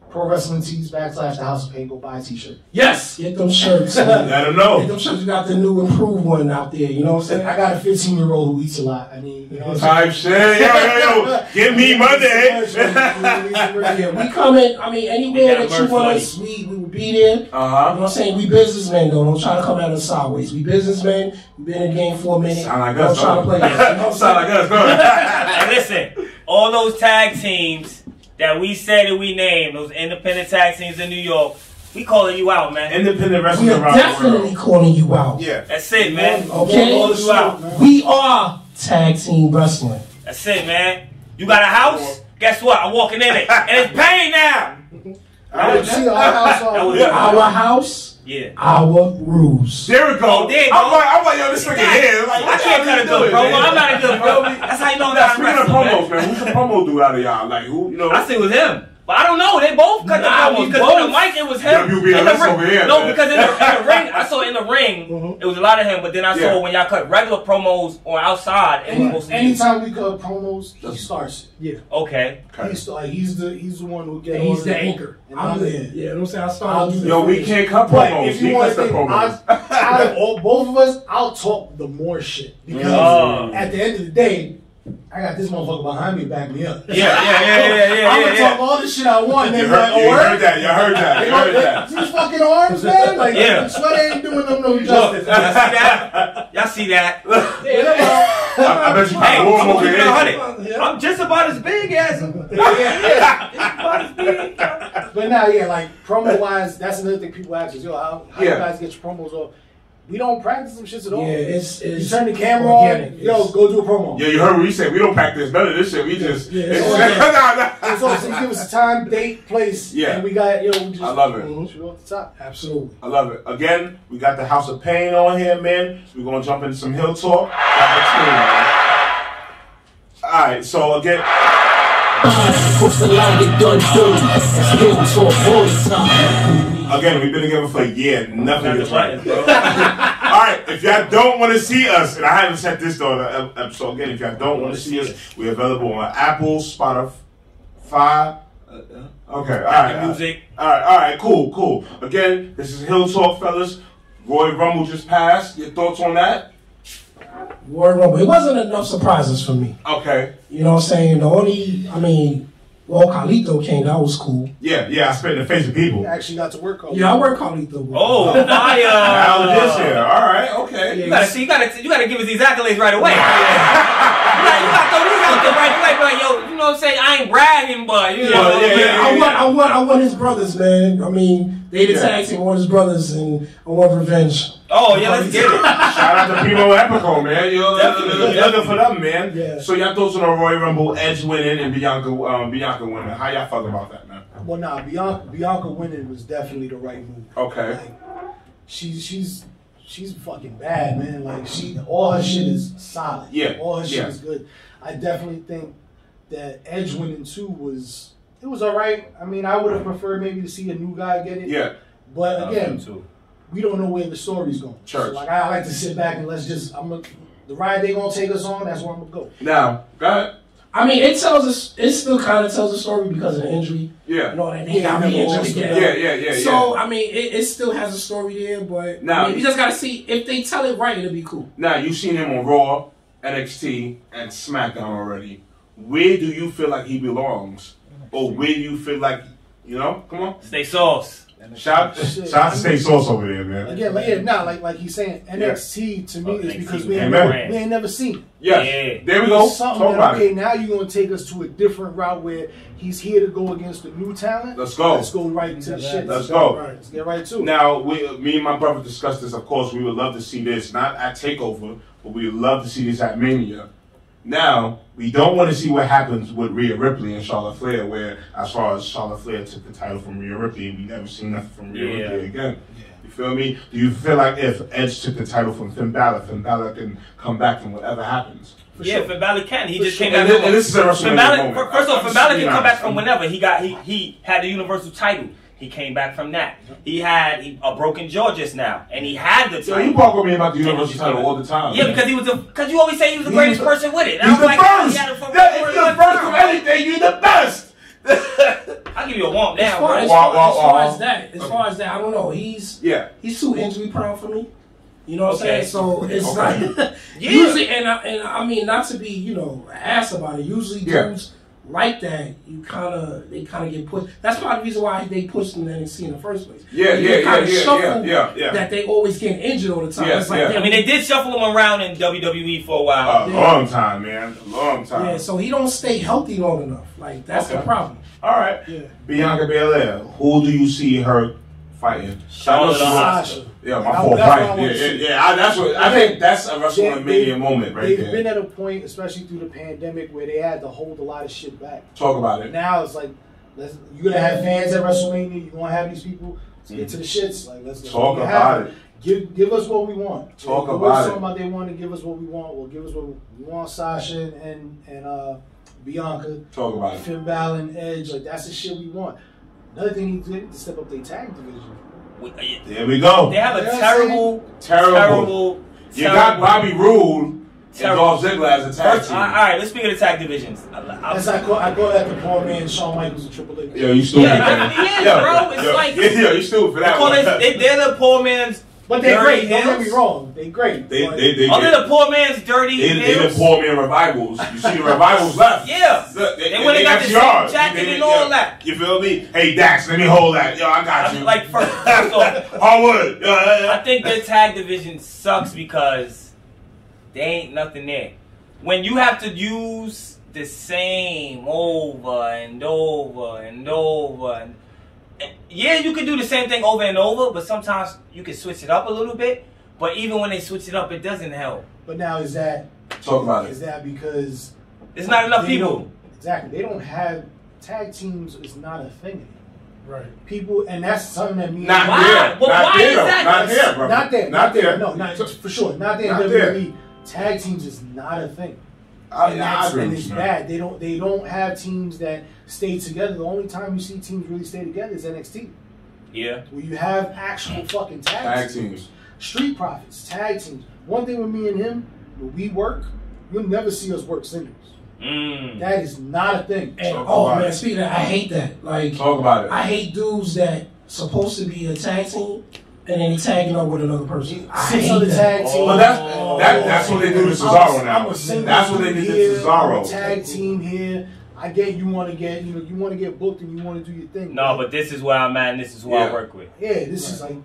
E: Pro Wrestling Tees backslash the House of Pain. Go buy a T-shirt.
D: Yes. Get them shirts. man.
C: Let them
D: Get
C: know.
D: them shirts. You got the new improved one out there. You know what I'm saying?
E: I got a fifteen year old who eats a lot. I mean, you know. What I'm
C: Type shit. Yo, yo, yo. Give me Monday. Uh,
E: saying?
D: Yeah, we coming. I mean,
B: We
D: anywhere
B: got
D: that you
B: merch
D: want
B: money.
D: us, we, we will be there. You know
C: Uh huh.
D: what I'm saying? We businessmen, though. Don't try to come at us sideways. We businessmen. We've been in the game for a minute.
C: Sound like
D: don't
C: us.
D: try to play us. You know what I'm
C: Sound like
D: saying?
C: us. Go ahead.
B: And listen, all those tag teams that we said that we named, those independent tag teams in New York, we calling you out, man.
C: Independent wrestling
D: We are
C: around the
D: definitely
C: world.
D: calling you out.
C: Yeah.
B: That's it, man.
D: Okay?
B: Calling you out.
D: We are tag team wrestling.
B: That's it, man. You got a house? Guess what? I'm walking in it, and it's pain now.
E: I would see our house uh,
B: That
E: on.
B: was-
D: Our house,
B: Yeah.
D: our rules.
C: There we go.
B: Oh, there you go.
C: I'm like, I'm like, yo, this nigga here. Like,
B: I can't cut a good promo. I'm not a good promo. That's how you know that I'm
C: Speaking
B: wrestling,
C: of
B: man.
C: promos, man, who's the promo dude out of y'all? Like, who, you know?
B: I say it was him. But I don't know. They both cut
D: Nah,
B: the promos
D: we
B: because in the
D: both-
B: mic it was him.
C: Yeah, you be
B: In
C: a
B: the
C: listen
B: ring-
C: over here,
B: no,
C: man.
B: because in the, in the ring, I saw in the ring it was a lot of him. But then I
C: Yeah.
B: saw when y'all cut regular promos on outside, it was mostly you.
E: Anytime we cut promos, he starts. it.
B: Okay,
C: Okay.
E: He start, he's the he's the one who gets.
D: And he's the anchor.
E: And
D: I'm
E: I'm
D: the,
E: in.
D: yeah, you know what I'm saying? I
E: I'll
D: started
E: do
D: you
E: it.
C: Yo, we can't cut
E: But
C: promos.
E: if you
C: He
E: want
C: cuts
E: to
C: the
E: think,
C: promos.
E: I- out of all, both of us, I'll talk the more shit because
B: Oh.
E: at the end of the day, I got this motherfucker behind me to back me up.
B: yeah, yeah, yeah, yeah, yeah,
E: I'm
B: yeah.
E: gonna
B: yeah.
E: talk all the shit I want.
C: You
E: And
C: heard,
E: like,
C: you
E: oh,
C: heard
E: word?
C: that. You heard that. You heard that.
E: These fucking arms, man. Like,
B: Yeah.
E: sweat ain't doing them no justice.
B: Y'all see that? Y'all see that?
C: I, I bet you
B: Hey,
C: got
B: I'm
C: warm
B: gonna
C: over
B: keep it
C: here.
B: 100. I'm just about as big as him.
E: But now, yeah, like promo wise, that's another thing people ask us. Yo, how, how
C: Yeah.
E: you guys get your promos off? We don't practice them shits at all.
D: Yeah, it's,
E: you
D: it's
E: turn the camera
D: organic.
E: on. Yo,
D: It's-
E: go do a promo.
C: Yeah, you heard what he said. We don't practice none of this shit. We just.
D: yeah,
C: it's-
E: it's all-
C: Nah, nah.
E: And so, so you give us a time, date, place.
C: Yeah.
E: And we got yo. We just,
C: I love it.
E: Shoot off the top.
D: Absolutely.
C: I love it. Again, we got the House of Pain on here, man. We're gonna jump into some hill talk. Alright, so again,
A: Cross the line, it done dirty. It's hills off all the time.
C: again, we've been together for a year. Nothing
B: That's
C: gets right.
B: right, bro.
C: Alright, if y'all don't want to see us, and I haven't said this though, the ep- so again, if y'all don't want to see us, we're available on Apple, Spotify. Okay, alright. alright.
B: Uh-huh. Music.
C: All right, all right, cool, cool. Again, this is Hill Talk, fellas. Roy Rumble just passed. Your thoughts on that?
D: Royal Rumble. It wasn't enough surprises for me.
C: Okay.
D: You know what I'm saying? The only, I mean, well, Carlito came. That was cool.
C: Yeah, yeah. I spit in the face of people.
E: Actually, got to work on.
D: Yeah, I work Carlito. with.
B: Oh,
C: Now it
D: Uh,
C: is
B: fire.
C: here. All right, okay.
B: You gotta see. You gotta. You gotta give us these accolades right away. You gotta, you gotta throw these out there right away. Be Like, yo, you know what I'm saying? I ain't bragging, but you know.
C: Yeah, yeah, yeah.
D: I want, I want, I want his brothers, man. I mean, they the
C: Yeah.
D: tag team. I want his brothers, and I want revenge.
B: Oh yeah, let's get it.
C: Shout out to Primo Epico, man. You're
B: Definitely,
C: looking for them, man.
D: Yeah.
C: So y'all thoughts on the Roy Rumble, Edge winning, and Bianca, um, Bianca winning. How y'all feel about that, man?
E: Well, nah, Bianca, Bianca winning was definitely the right move.
C: Okay.
E: Like, she, she's she's fucking bad, man. Like she, all her shit is solid.
C: Yeah,
E: all her shit
C: yeah.
E: is good. I definitely think that Edge winning two was it was all right. I mean, I would have preferred maybe to see a new guy get it.
C: Yeah.
E: But
B: Um,
E: again,
B: too.
E: we don't know where the story's going.
C: Church.
E: So like I like to sit back and let's just I'm gonna, the ride they gonna take us on. That's where I'm gonna go.
C: Now, God,
D: I mean, it tells us. It still kind of tells a story because of injury.
C: yeah,
D: and all that. They got
E: Yeah,
D: me injured
E: yeah,
D: again.
C: yeah, yeah, yeah.
D: So I mean, it, it still has a story there, but
C: Now-
D: I mean, you just gotta see if they tell it right, it'll be cool.
C: Now you've seen him on Raw, NXT, and SmackDown already. Where do you feel like he belongs, or where do you feel like you know? Come on,
B: Stay sauce.
C: shout,
E: Shit.
C: shout, stay sauce over there, man.
E: Again, like, yeah, nah, like like he's saying, NXT to me
B: Oh,
E: is
B: NXT
E: because
B: was
E: we ain't,
C: Amen.
E: never, we ain't never seen it.
C: Yes,
B: Yeah.
C: there we
E: It's
C: go.
E: Something
C: Talk
E: that,
C: about
E: okay,
C: it.
E: now you're gonna take us to a different route where he's here to go against the new talent.
C: Let's go.
E: Let's go right into the shit.
C: Let's go.
E: Right, Let's get right to it.
C: Now, we, me and my brother discussed this. Of course, we would love to see this not at Takeover, but we would love to see this at Mania. Now, we don't want to see what happens with Rhea Ripley and Charlotte Flair, where as far as Charlotte Flair took the title from Rhea Ripley, we never seen nothing from Rhea
B: Yeah.
C: Ripley again. You feel me? Do you feel like if Edge took the title from Finn Balor, Finn Balor can come back from whatever happens?
B: yeah, Finn Balor can. He just
C: sure.
B: came back.
C: And thi-
B: from-
C: and this is a WrestleMania
B: Finn Balor-
C: moment.
B: fir- First off, Finn
C: I'm just
B: Balor can
C: being
B: come back
C: honest.
B: from
C: I'm-
B: whenever. He got he he had the Universal title. He came back from that. He had he- a broken jaw just now, and he had the
C: So you
B: title.
C: talk with me about the Universal title all the time.
B: Yeah, because he was the because you always say he was the
C: He's
B: greatest
C: the-
B: person with it. And I
C: He's
B: was
C: the
B: like,
C: first!
B: Yeah, the fucking
C: That is the
B: world.
C: first of anything! You're the best!
B: I'll give you a womp
D: As
B: now,
D: far,
B: bro.
D: as,
C: Wow,
D: far,
C: wow,
D: as, far
C: wow.
D: as that, as far as that, I don't know. He's
C: yeah.
D: he's too injury prone for me. You know what I'm
B: Okay.
D: saying? So it's
C: Okay.
D: like usually, and I, and I mean not to be you know ass about it. Usually
C: Yeah.
D: dudes like that, you kind of they kind of get pushed. That's part of the reason why they pushed them in NXT in the first place.
C: Yeah,
D: They
C: yeah,
D: get
C: yeah,
D: kinda
C: yeah,
D: shuffled
C: yeah, yeah, yeah.
D: That they always get injured all the time.
C: Yeah,
D: it's like
C: yeah.
D: damn,
B: I mean, they did shuffle him around in WWE for a
C: A
B: while.
C: long time, man. A long time.
D: Yeah, so he don't stay healthy long enough. Like that's the
C: Okay.
D: problem.
C: All right.
E: Yeah.
C: Bianca Belair. Who do you see her fighting?
B: Charlotte
C: I know she
B: or
C: wants-
E: Sasha.
C: Yeah, my
E: That-
C: fault.
E: that's what I
C: Right. Yeah,
E: wanna
C: yeah,
E: see.
C: yeah. I, that's what I think. That's a WrestleMania
E: They- they-
C: moment right
E: They've
C: there.
E: been at a point, especially through the pandemic, where they had to hold a lot of shit back.
C: Talk about it.
E: Now it's like, let's, you're gonna have fans at WrestleMania. You're gonna have these people. Let's get to the shits. Like let's let's
C: Mm-hmm. Talk
E: make happen.
C: about it.
E: Give give us what we want.
C: Talk
E: If the
C: about
E: world's
C: it.
E: talking About they want to give us what we want. Well, give us what we want. Sasha and and, and uh, Bianca,
C: Talk about it.
E: Finn Balor, and Edge. Like that's the shit we want. Another thing he did to step up their tag division.
B: We-
C: There we go.
B: They have
E: You know
B: a
E: what I'm
B: terrible,
C: Terrible.
B: terrible, terrible.
C: You got Bobby Roode and
B: Terrible.
C: Dolph Ziggler as a tag
B: First, all all
C: team.
B: right, let's speak of the tag divisions. I- I-
E: As I call I call that the poor man Shawn Michaels and Triple H.
C: Yeah, you stupid.
B: Yeah,
C: man.
B: it is,
C: yeah,
B: bro. It's
C: yeah,
B: like-
C: yeah, yeah, you stupid for
B: I
C: that
B: call
C: one.
B: it- they, they're the poor man's.
E: But they're
B: dirty
E: great. Don't get me
B: Hills.
E: wrong. They're great.
C: They,
E: but-
C: they, they,
B: Oh, they're
C: they,
B: the poor man's dirty.
C: they, they,
B: hills.
C: the poor man revivals. You see the revivals left.
B: Yeah.
C: Look,
B: They would've got the same
C: FTR.
B: jacket
C: They-
B: and all
C: yeah.
B: that.
C: You feel me? Hey Dax, let me hold that. Yo, I got
B: I'm
C: you.
B: like first, first off,
C: Hardwood. Uh, Yeah, yeah, yeah.
B: I think their tag division sucks because they ain't nothing there. When you have to use the same over and over and over and yeah, you can do the same thing over and over, but sometimes you can switch it up a little bit. But even when they switch it up, it doesn't help.
E: But now is that
C: Talk about
E: is
C: it.
E: that because
B: There's not enough
E: they
B: people.
E: don't- Exactly. They don't have tag teams. Is not a thing. anymore.
D: Right.
E: People, and that's something that means
C: Not
B: Why?
C: there.
B: Well,
C: not
B: why
C: there.
B: is that?
C: Not there, bro.
E: not there,
C: Not there.
E: No, not for sure. Not there.
C: Not
E: in
C: there.
E: WWE tag teams is not a thing.
C: I,
E: and
C: I
E: that's
C: agree
E: and
C: with
E: it's
C: you, man.
E: bad. They don't they don't have teams that stay together. The only time you see teams really stay together is NXT,
B: Yeah.
E: where you have actual fucking tag,
C: Tag
E: teams.
C: teams.
E: Street Profits, tag teams. One thing with me and him, when we work, you'll never see us work singles.
B: Mm.
E: That is not a thing.
D: And
C: Talk
D: oh
C: about
D: man,
C: it.
D: speaking of that, I hate that. Like
C: Talk about it.
D: I hate dudes that supposed to be a tag team and then they tagging up with another person. I
E: Six
D: hate
E: other
D: that.
E: tag teams.
C: Well, that's that, that's what they do to Cesaro
E: I'm
C: now.
E: a single
C: That's what they did
E: dude
C: to
E: here, I'm a
C: Cesaro.
E: Tag team here. I get you want to get you know you want to get booked and you want to do your thing.
B: No, but this is where I'm at and this is who
C: Yeah.
B: I work with.
E: yeah, this is like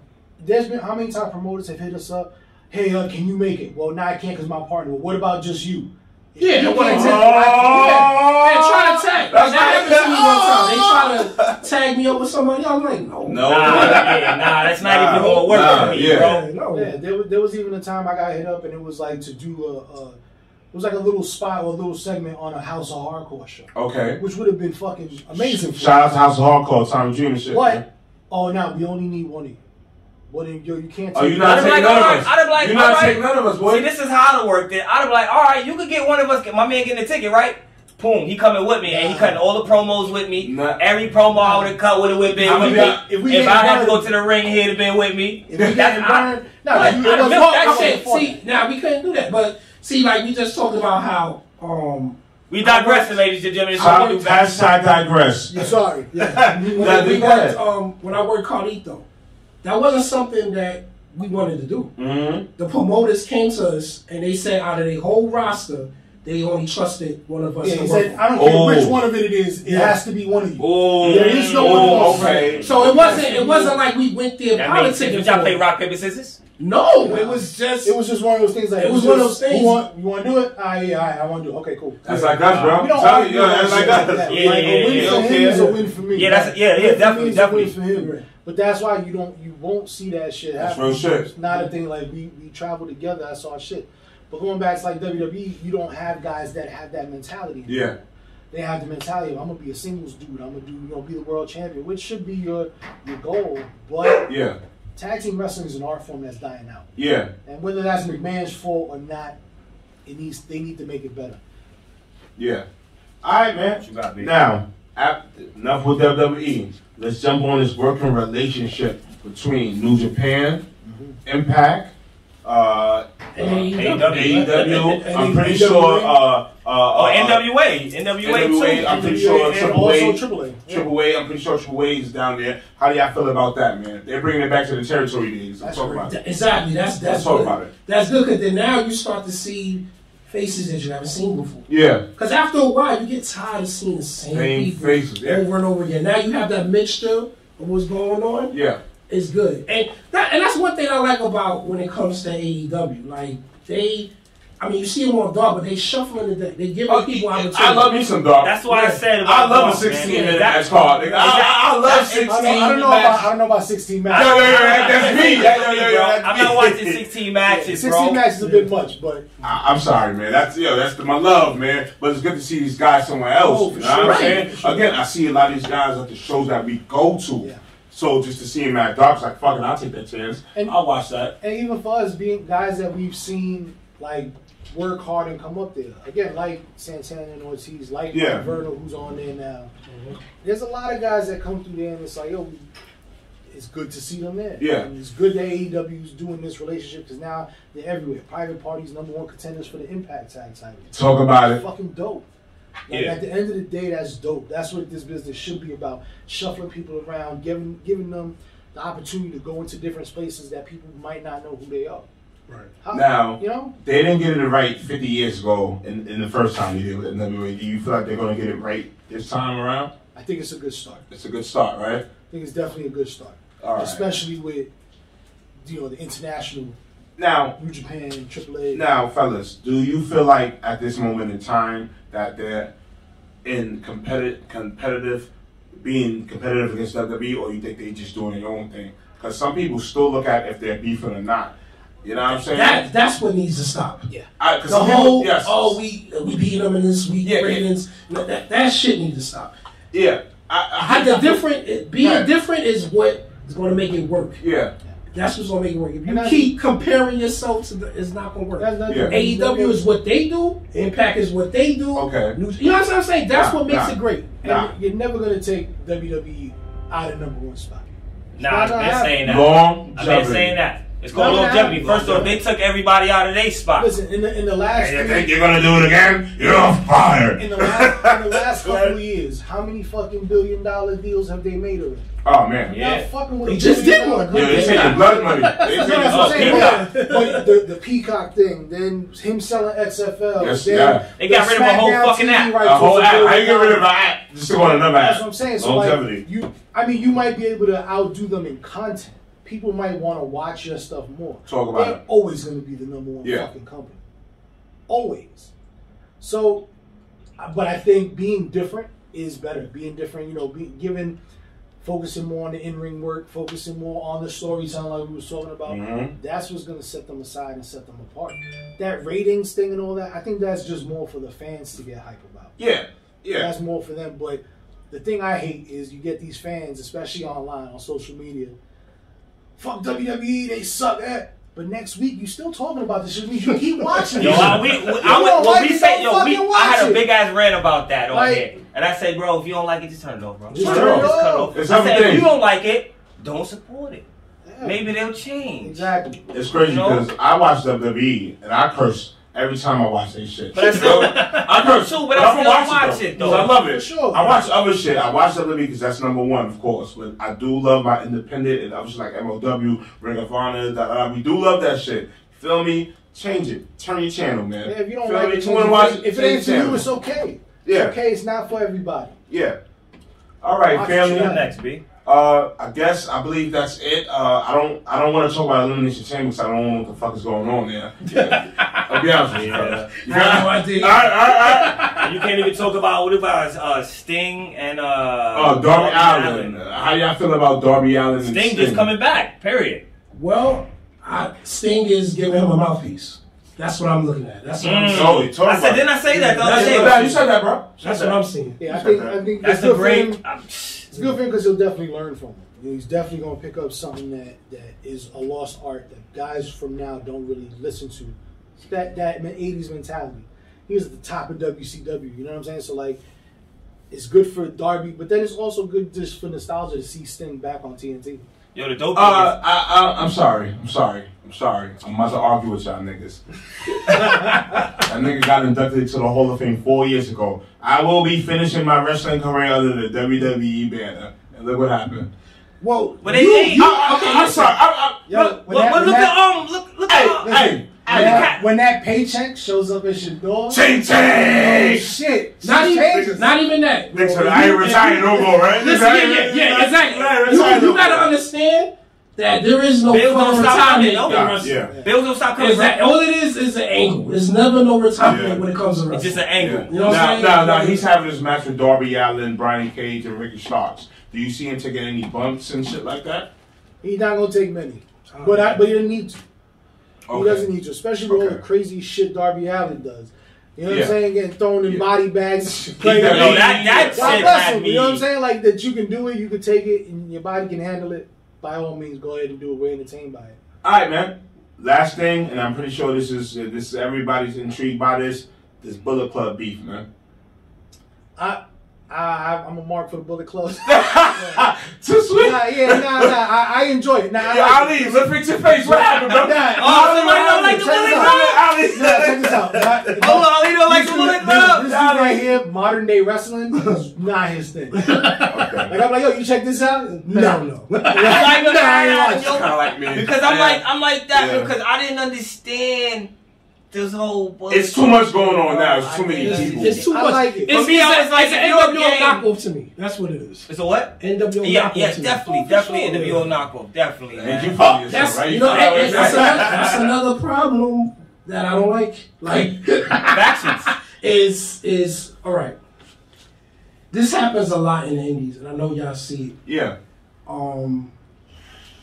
E: there's been how many top promoters have hit us up? Hey, uh, can you make it? Well, now I can't because my partner. Well, what about just you?
D: Yeah, they want to tag. They try to
E: Oh!
D: tag.
C: That's
D: That happened
C: right.
D: to me one time. They try to tag me up with somebody. I'm like, no,
C: No.
B: Nah, yeah, nah, that's not
C: Nah,
B: even gonna work
C: nah,
B: for me,
C: yeah.
B: bro.
D: Yeah, no.
E: Yeah, there was, there was even a time I got hit up and it was like to do a, a it was like a little spot or a little segment on a House of Hardcore show,
C: Okay.
E: which would have been fucking amazing. for
C: Shout out to House of Hardcore, Tommy Dream and shit.
E: But
C: man.
E: oh no, we only need one of you. Well, then, yo, you can't.
C: Oh, you
B: I'd
C: not
B: have been
C: taking
B: like,
C: none of
B: alright,
C: us.
B: I'd have been like,
C: you not
B: alright.
C: taking none of us, boy.
B: See, this is how it worked. Then I'd have like, all right, you could get one of us. My man getting a ticket, right? Boom, he coming with me, and he cutting all the promos with me.
C: Nah.
B: Every promo I would have cut would have been
C: I
B: with
C: mean,
B: me.
C: nah,
B: If,
E: if we didn't
B: I had to
E: burn-
B: go to the ring, he'd have been with me.
E: If we
B: That's-
E: didn't
B: I-
E: burn, no,
B: What?
E: you-
B: I'd have
E: it was
B: milked
E: all-
B: that
E: I
B: shit.
E: was-
D: See, now we couldn't do that, but see, like we just talked about how um
B: We digressing, ladies and gentlemen. So
C: I,
B: I do back.
C: hashtag digress.
E: You're sorry. Yeah.
D: when
C: Nah,
D: we
C: do
D: worked
C: that.
D: um when I worked Carlito, that wasn't something that we wanted to do.
C: Mm-hmm.
D: The promoters came to us and they said out of their whole roster, they only trusted one of us.
E: Yeah,
D: to
E: he
D: work
E: said,
D: with.
E: I don't care
C: Oh.
E: which one of it it is, it
D: Yeah.
E: has to be one of you.
C: Oh,
E: There is no
C: oh,
E: one else.
C: okay.
D: so it wasn't it wasn't like we went there
B: That means
D: politicking.
B: did y'all
D: for
B: play
D: it.
B: rock paper scissors?
D: No, it was just
E: It was just one of those things like
D: It was
E: you
D: one of
E: just-
D: those things.
E: You want, you want to do it? Ah, yeah, all right, I want to do it. Okay, cool.
C: That's
E: Yeah.
C: like us, bro.
E: We don't
C: Tell
E: argue
C: you, yeah,
E: about
C: that's like
E: shit
C: us.
E: that.
B: Yeah,
E: like,
B: yeah,
E: a win
B: yeah,
E: for
C: yeah.
E: him is a win for me.
B: Yeah, that's-
E: Like,
B: yeah, yeah,
E: a win for me
B: definitely,
E: is a win
B: definitely.
E: for him. But that's why you don't, you won't see that shit happen.
C: That's real shit.
E: It's not a thing like we we travel together. I saw shit. But going back to like WWE, you don't have guys that have that mentality.
C: Yeah.
E: They have the mentality of I'm gonna be a singles dude. I'm gonna do, you know, be the world champion, which should be your your goal. But
C: Yeah.
E: tag team wrestling is an art form that's dying out.
C: Yeah.
E: And whether that's McMahon's fault or not, it needs they need to make it better.
C: Yeah. All right, man.
B: You got me.
C: Now, ap- enough with WWE. Let's jump on this working relationship between New Japan,
E: Mm-hmm.
C: Impact, uh,
D: AEW.
B: AEW.
C: AEW. I'm
E: And
C: pretty
E: NWA.
C: sure. Uh, uh,
B: Oh,
C: uh,
B: NWA, NWA
C: NWA, I'm
B: too.
C: pretty sure
E: and
C: Triple
E: also
C: A,
E: Triple A. Yeah.
C: Triple A. I'm pretty sure Triple A is down there. How do y'all feel about that, man? They're bringing it back to the territory days. I'm
E: That's
C: talking
E: great.
C: about it.
D: Exactly. That's that's
C: Let's talk
D: good.
C: about it.
D: That's good because then now you start to see faces that you haven't seen before.
C: Yeah.
D: Because after a while, you get tired of seeing the same,
C: Same
D: people
C: faces, yeah.
D: over and over again. Now you have that mixture of what's going on.
C: Yeah.
D: It's good, and that and that's one thing I like about when it comes to AEW. Like they, I mean, you see them on Dark, but they shuffling the deck. They giving
B: Oh,
D: people opportunities.
C: I love me some dog.
B: That's what I said.
C: I
B: about
C: love a
B: Dolph, man.
C: 16 minute
B: That-
C: ass card. nigga. I, I, I love
B: That-
C: 16
E: I don't, I don't know
C: matches.
E: about I don't know about 16 matches.
C: Yo, yo, yo, that's me. Yo, yo, yo, yo, that's
B: I'm not
C: me.
B: watching 16 matches,
E: 16
B: bro.
E: matches is a bit much, but
C: I, I'm sorry, man. That's yo, that's the, my love, man. But it's good to see these guys somewhere else.
E: Oh,
C: you
E: for
C: know what
E: sure.
C: I'm saying?
E: Right. Sure.
C: Again, I see a lot of these guys at the shows that we go to.
E: Yeah.
C: So just to see him at dark, it's like fucking, I'll take that chance.
E: And-
C: I'll watch that.
E: and even for us being guys that we've seen like work hard and come up there again, like Santana and Ortiz, like
C: Yeah.
E: Verno, who's on there now. There's a lot of guys that come through there and it's like, yo, it's good to see them there.
C: Yeah.
E: and it's good that AEW is doing this relationship because now they're everywhere. Private parties number one contenders for the Impact Tag Titles.
C: Talk about it.
E: fucking dope. Like,
C: Yeah.
E: At the end of the day, that's dope. That's what this business should be about: shuffling people around, giving giving them the opportunity to go into different spaces that people might not know who they are.
D: Right.
E: How-
C: Now-
E: you know,
C: They didn't get it right 50 years ago in, in the first time you did with WWE. Do you feel like they're going to get it right this time around?
E: I think it's a good start.
C: It's a good start, right?
E: I think it's definitely a good start,
C: All right.
E: especially with you know the international
C: now,
E: New Japan, AAA.
C: Now, fellas, do you feel like at this moment in time that they're in competitive, competitive, being competitive against WWE, or you think they just doing their own thing? Because some people still look at if they're beefing or not. You know what I'm saying?
D: that. That's what needs to stop.
C: I, 'cause
D: The
C: some people-
D: whole
C: yes,
D: oh we we beat them in this week
C: Yeah, yeah.
D: ratings. No, That, that shit needs to stop.
C: yeah, I,
D: I, the different being
C: Right.
D: different is what is going to make it work.
C: I, yeah,
D: That's what's gonna make it work. If
E: And
D: you
E: that's-
D: keep comparing yourself to the, it's not gonna work.
E: That's not-
C: Yeah.
D: AEW E is what they do. Impact is what they do.
C: Okay.
D: New- you know what I'm saying? That's
C: Nah,
D: what makes
C: nah.
D: it great.
E: And
C: Nah.
E: you're never gonna take WWE out of number one spot.
B: Nah, I've been saying that.
C: long.
B: I've been saying that. It's called
E: Nah, nah,
B: longevity. First off, they took everybody out of their spot.
E: Listen, in the in the last
C: And you
E: three-
C: think you're gonna do it again? You're on fire.
E: In the last, in the last couple of years, how many fucking billion dollar deals have they made already?
C: oh man,
B: Yeah.
E: Not fucking with
D: They
E: a
D: just
E: billion
D: did
E: dollar
D: one.
C: yeah,
E: company.
C: they taking blood money. They
E: That's
C: taking-
E: what I'm
B: Oh,
E: saying.
B: Peacock.
E: But, but the, the Peacock thing, then him selling XFL.
C: Yes,
E: then
C: yeah.
B: They got
E: the
B: rid of a whole
E: SmackDown
B: fucking
E: TV
B: app.
E: rights
C: A whole
E: was
C: app.
E: billion
C: Uh, How you get rid of an
E: dollars.
C: app? Just go on another app.
E: That's what I'm saying. So
C: Longevity.
E: like, you, I mean, you might be able to outdo them in content. People might want to watch your stuff more.
C: Talk about
E: They're
C: it.
E: always going to be the number one
C: Yeah.
E: fucking company. Always. So, I- but I think being different is better. Being different, you know, be, giving, focusing more on the in ring work, focusing more on the storytelling, like we were talking about.
C: Mhm.
E: That's what's going to set them aside and set them apart. That ratings thing and all that, I think that's just more for the fans to get hype about
C: Yeah, yeah.
E: that's more for them. But the thing I hate is you get these fans, especially online on social media, fuck WWE, they suck. Eh. But next week, you still talking about this shit. means You keep watching
B: Yo,
E: this
B: I,
E: shit.
B: we, we,
E: You
B: I
E: don't
B: went, when
E: like
B: we
E: it,
B: said,
E: don't
B: yo, we,
E: fucking
B: I had a
E: watch
B: big ass rant about that on
E: Like-
B: here. And I said, bro, if you don't like it, just turn it off, bro.
E: Just
C: turn it
B: Just cut it
E: off.
B: off.
C: It's
B: I said, if
C: everything.
B: you don't like it, don't support it.
E: Yeah.
B: Maybe they'll change.
E: Exactly.
C: It's crazy
B: No.
C: because I watch WWE and I curse every time I watch that shit.
B: But I still-
C: I
B: curse too, but I still watch
C: though,
B: it, though.
C: 'cause I love it.
E: For sure.
C: I watch other shit. I watch WWE because that's number one, of course. But I do love my independent and other shit like MLW, Ring of Honor. Da, da, da. We do love that shit. Feel me? Change it. Turn your channel, man.
E: Yeah, if you don't
C: Feel
E: like
C: me?
E: it,
C: You wanna watch it?
E: if it
C: Change
E: ain't for
C: your
E: you,
C: channel.
E: it's okay.
C: Yeah.
E: It's okay, it's not for everybody.
C: Yeah. All right,
E: Watch
C: family.
E: the
B: What's
E: channel.
B: next, B?
C: Uh, I guess I believe that's it. Uh, I don't I don't want to talk about Elimination Chamber 'cause I don't know what the fuck is going on there. I'll be honest with you. brother. You got-
D: No idea.
C: All right, all right, all right.
B: You can't even talk about what about uh, Sting and uh,
C: Uh, Darby Allen. How y'all feel about Darby Allen? and
B: Sting just coming back. Period.
D: Well, I, Sting is giving him a mouthpiece. That's what I'm looking at. That's what I'm seeing.
C: Oh, you talking
B: I said,
C: about-
B: didn't I say that the
C: You
B: other
C: said
B: day?
C: that, you said that, bro.
D: That's what I'm seeing.
E: Yeah, I
C: Check
E: think,
C: that.
E: I think
B: That's
E: it's good
B: a
E: for
B: great.
E: him-
B: I'm-
E: It's good for him because he'll definitely learn from it. You know, He's definitely going to pick up something that, that is a lost art that guys from now don't really listen to. It's That that men- 80s mentality. He was at the top of WCW, you know what I'm saying? So, like, it's good for Darby, but then it's also good just for nostalgia to see Sting back on TNT.
B: Yo, the dope.
C: Uh, I, I, I'm sorry. I'm sorry. I'm sorry. I'm about to argue with y'all niggas. that nigga got inducted to the Hall of Fame four years ago. I will be finishing my wrestling career under the WWE banner. And look what happened.
E: Whoa.
B: But they- they-
C: I, okay, I'm sorry. I, I,
E: Yo,
C: look,
E: when
B: but
E: that- when
B: look
E: that-
B: at um, look, look at.
C: hey,
B: um,
C: hey,
E: when
C: hey,
E: that, when that paycheck shows up at your door,
C: Ching
E: oh,
C: ching!
E: shit,
D: Not
E: she
D: even,
E: changes.
D: not even that.
C: Nigga said, I ain't retired no more, right?
D: Listen,
C: I
D: yeah,
C: ain't-
D: yeah,
C: I
D: yeah,
C: ain't
D: exactly.
C: retired
D: You,
C: no
D: you gotta
C: more.
D: understand that there is no
B: Bills don't
D: fucking
B: stop coming.
D: retirement.
B: Don't
D: when it
B: get
C: Yeah,
D: comes-
C: yeah.
B: Bills don't stop coming
D: Is that
B: back.
D: all it is? Is an angle. There's never no retirement
C: Yeah.
D: when it comes to
B: It's
D: wrestling.
B: just an angle.
D: You know what
C: now,
D: I'm saying?
C: now, now, he's having his match with Darby Allen, Brian Cage, and Ricky Starks. Do you see him taking any bumps and shit like that?
E: He's not gonna take many, but I, but you didn't need to. He
C: Okay.
E: doesn't need to, especially with all
C: Okay.
E: the crazy shit Darby Allen does. You know what
C: Yeah.
E: I'm saying? Getting thrown in
C: Yeah.
E: body bags.
C: He
E: playing-
C: does-
B: Yo, that that
E: God
B: shit
E: bless
B: had
E: him.
B: me.
E: You know what I'm saying? Like that you can do it, you can take it, and your body can handle it. By all means, go ahead and do it. We're entertained by it.
C: All right, man. Last thing, and I'm pretty sure this is this is everybody's intrigued by this. This Bullet Club beef, man.
E: I, I, I I'm a mark for the Bullet Club.
C: Too sweet.
E: nah, yeah, nah, nah. I, I enjoy it. Nah, I
C: Yo,
E: like it.
C: Ali, let's fix your face. What happened, bro?
E: Nah,
B: Oh, somebody don't like the
E: Check
B: Bullet
E: this out.
B: Club.
C: Ali,
E: Nah, check this out. My-
B: Hold on, he don't like
E: This
B: the
E: dude-
B: Bullet
E: this- This
B: Club.
E: dude right here, modern day wrestling, is not his thing. Like I'm like, yo, you check this out?
D: no, no.
B: Like,
E: Nah, I ain't watching.
B: yo,
C: Kind of like me.
B: Because I'm
C: Yeah.
B: like, I'm like that
C: Yeah.
B: because I didn't understand this whole. Bullet
C: it's too much going on now. It's too many
B: I think
C: people.
D: It's too
E: I
D: much.
E: like it.
D: It's,
B: For me,
D: it's
B: I
D: a-
B: was like,
D: it's an
B: if you're
D: NWO
B: gay-
D: knockl's knockoff to me. That's what it is.
B: It's a what?
D: NWO
B: Yeah,
D: knockoff
B: yes,
D: to me.
B: definitely,
D: Oh, for
B: definitely
D: sure.
B: NWO knockoff, definitely.
C: And
B: man.
C: you fuck yourself,
D: That's
C: right?
D: you know
C: fuck
D: and- and
C: yourself.
D: that's, another, that's another problem that I don't like. Like
B: Factions.
D: is is all right. This happens a lot in the Indies, and I know y'all see it.
C: yeah,
D: Um,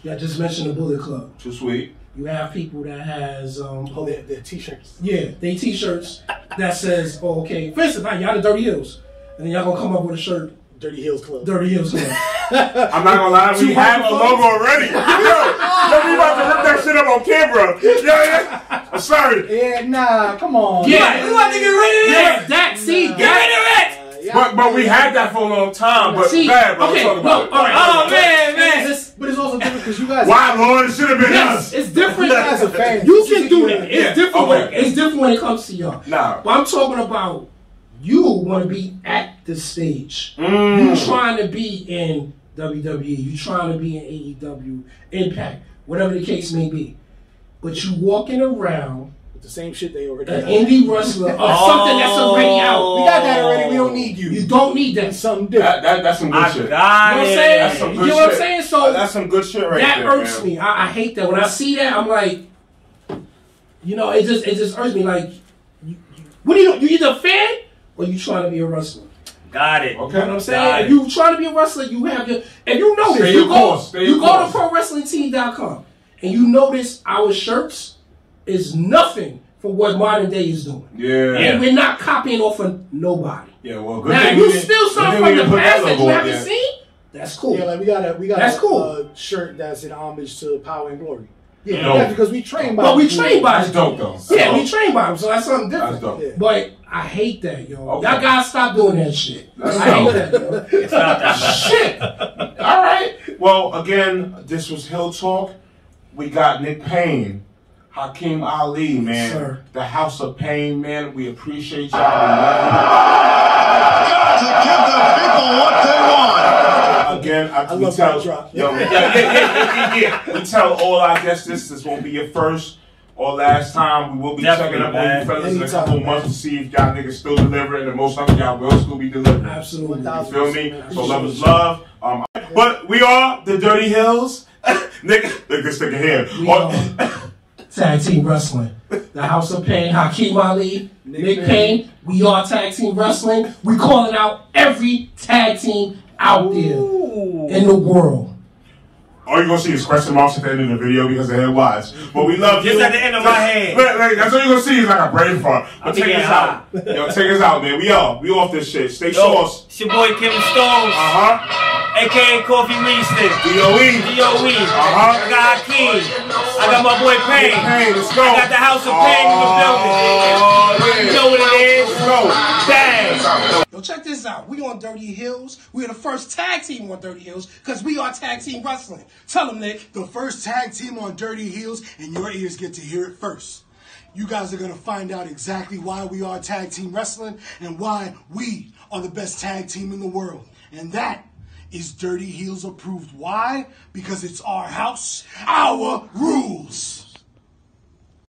D: yeah, I just mentioned the Bullet Club.
C: too sweet.
D: You have people that has um,
E: Oh, their, their t-shirts.
D: Yeah, they t-shirts that says, oh, okay, for instance, like, y'all the Dirty Hills, and then y'all gonna come up with a shirt,
E: Dirty Hills Club.
D: Dirty Hills. on it.
C: I'm not gonna lie, we have a logo already. Yo, yo, we about to rip that shit up on camera. Yeah, yeah. I'm sorry.
E: Yeah, nah, come on.
D: yeah,
B: We want to get rid of
D: yeah,
B: that.
D: that, see,
B: Get
D: that,
B: rid of it.
E: Uh, yeah,
C: But but we had that for a long time, but
D: see,
C: bad, bro.
D: okay,
C: talk
D: no,
C: about
D: all
C: it.
D: right,
B: Oh man,
E: It's
B: man.
E: just- but it's also different because you guys,
C: Why, Lord? It should have been
D: yes,
C: us.
D: it's different.
E: you guys are fans.
D: You can do that. It's
C: Yeah,
D: different.
C: okay.
D: When, it's different when it comes to y'all.
C: Nah.
D: But I'm talking about you want to be at the stage. You
C: Mm.
D: trying to be in WWE. You trying to be in AEW, Impact, whatever the case may be. But you walking around
E: It's the same shit they already.
D: an
E: Got.
D: indie wrestler or something that's already
C: Oh.
E: We
D: out.
E: got that already. We don't need you.
D: You don't need that. You
E: Something different.
C: That, that, that's some good
B: Oh, I
C: shit.
D: know
B: got
D: what I'm
B: it.
C: That's some
D: saying? You
C: good
D: know what I'm
C: shit. Uh,
D: saying? So
C: That's some good shit right
D: that
C: there.
D: irks
C: man.
D: me. I, I hate that. When I see that, I'm like, you know, it just it just irks me. Like, you, you- what do you you either a fan or you trying to be a wrestler?
B: Got it.
C: Okay.
D: You know what I'm
B: Got
D: saying? If
B: it.
D: you trying to be a wrestler, you have your and you notice
C: Stay
D: you
C: your
D: go
C: course. Stay
D: you
C: your
D: go
C: course.
D: to prowrestlingteam.com and you notice our shirts is nothing for what modern day is doing.
C: Yeah.
B: Yeah.
C: Yeah.
D: And we're not copying off of nobody.
C: well, good
D: Now
C: thing
D: if you
C: didn't- good
D: still
C: thing
D: something
C: we
D: from the
C: didn't put
D: past
C: logo
D: that you
C: on
D: haven't
C: there.
D: seen. That's cool.
E: Yeah, like we got a we got
D: That's
E: a,
D: cool.
E: uh, shirt that's in homage to Power and Glory.
D: yeah.
C: No.
E: Yeah, because we trained by.
D: But we trained by
C: That's dope though.
D: Yeah, we trained by him, so that's something
C: That's
D: different.
C: dope.
E: Yeah.
D: But I hate that, yo.
C: Okay.
D: Y'all gotta stop doing that shit.
C: That's
D: I hate
C: dope.
D: that, yo.
B: It's not that much.
D: shit.
C: All right. Well, again, this was Hill Talk. We got Nick Payne, Hakeem Ali, man.
D: Sir.
C: The House of Pain, man. We appreciate y'all. We love
F: Got to give the people what they want.
C: you. Again, I, we
E: love
C: tell
E: that drop.
C: Yo, we- we tell all our guests this. This won't be your first or last time. We will be
B: Definitely,
C: checking up on
B: man.
C: you fellas in a
E: Anytime,
C: couple
E: man.
C: months to see if y'all niggas still delivering. And most of y'all will still be delivering.
D: Absolutely.
E: Without-
C: You feel me? So love is love. Um, but we are the Dirty Hills. Nick, look this nigga here.
D: We
C: Or-
D: are tag team wrestling. The House of Pain, Hakeem Ali, Nick,
E: Nick
D: Payne. We are tag team wrestling. We calling out every tag team out there in the world.
C: All you're gonna see is question marks at the end of the video because they had wives. But we love you.
B: Just at the end of my head.
C: Look, look, that's all you're gonna see is like a brain fart. But
B: be
C: take
B: getting
C: us
B: hot.
C: out. Yo, take us out, man. We off. We off this shit. Stay
B: Yo,
C: sauce.
B: it's your boy Kevin Stones,
C: Uh-huh.
B: aka Coffee Winston.
C: DOE.
B: DOE. E.
C: Uh-huh.
B: I got Hakeem. I got my boy Payne.
C: Hey, let's go.
B: I got the House of Pain in the building.
C: Oh,
B: You
C: yeah.
B: know what it is.
C: Let's go.
B: Bang.
D: Yo, check this out. We on Dirty Hills. We're the first tag team on Dirty Hills because we are tag team wrestling. Tell them, Nick.
H: the first tag team on Dirty Heels, and your ears get to hear it first. You guys are gonna find out exactly why we are tag team wrestling and why we are the best tag team in the world. And that is Dirty Heels approved. Why? Because it's our house, our rules.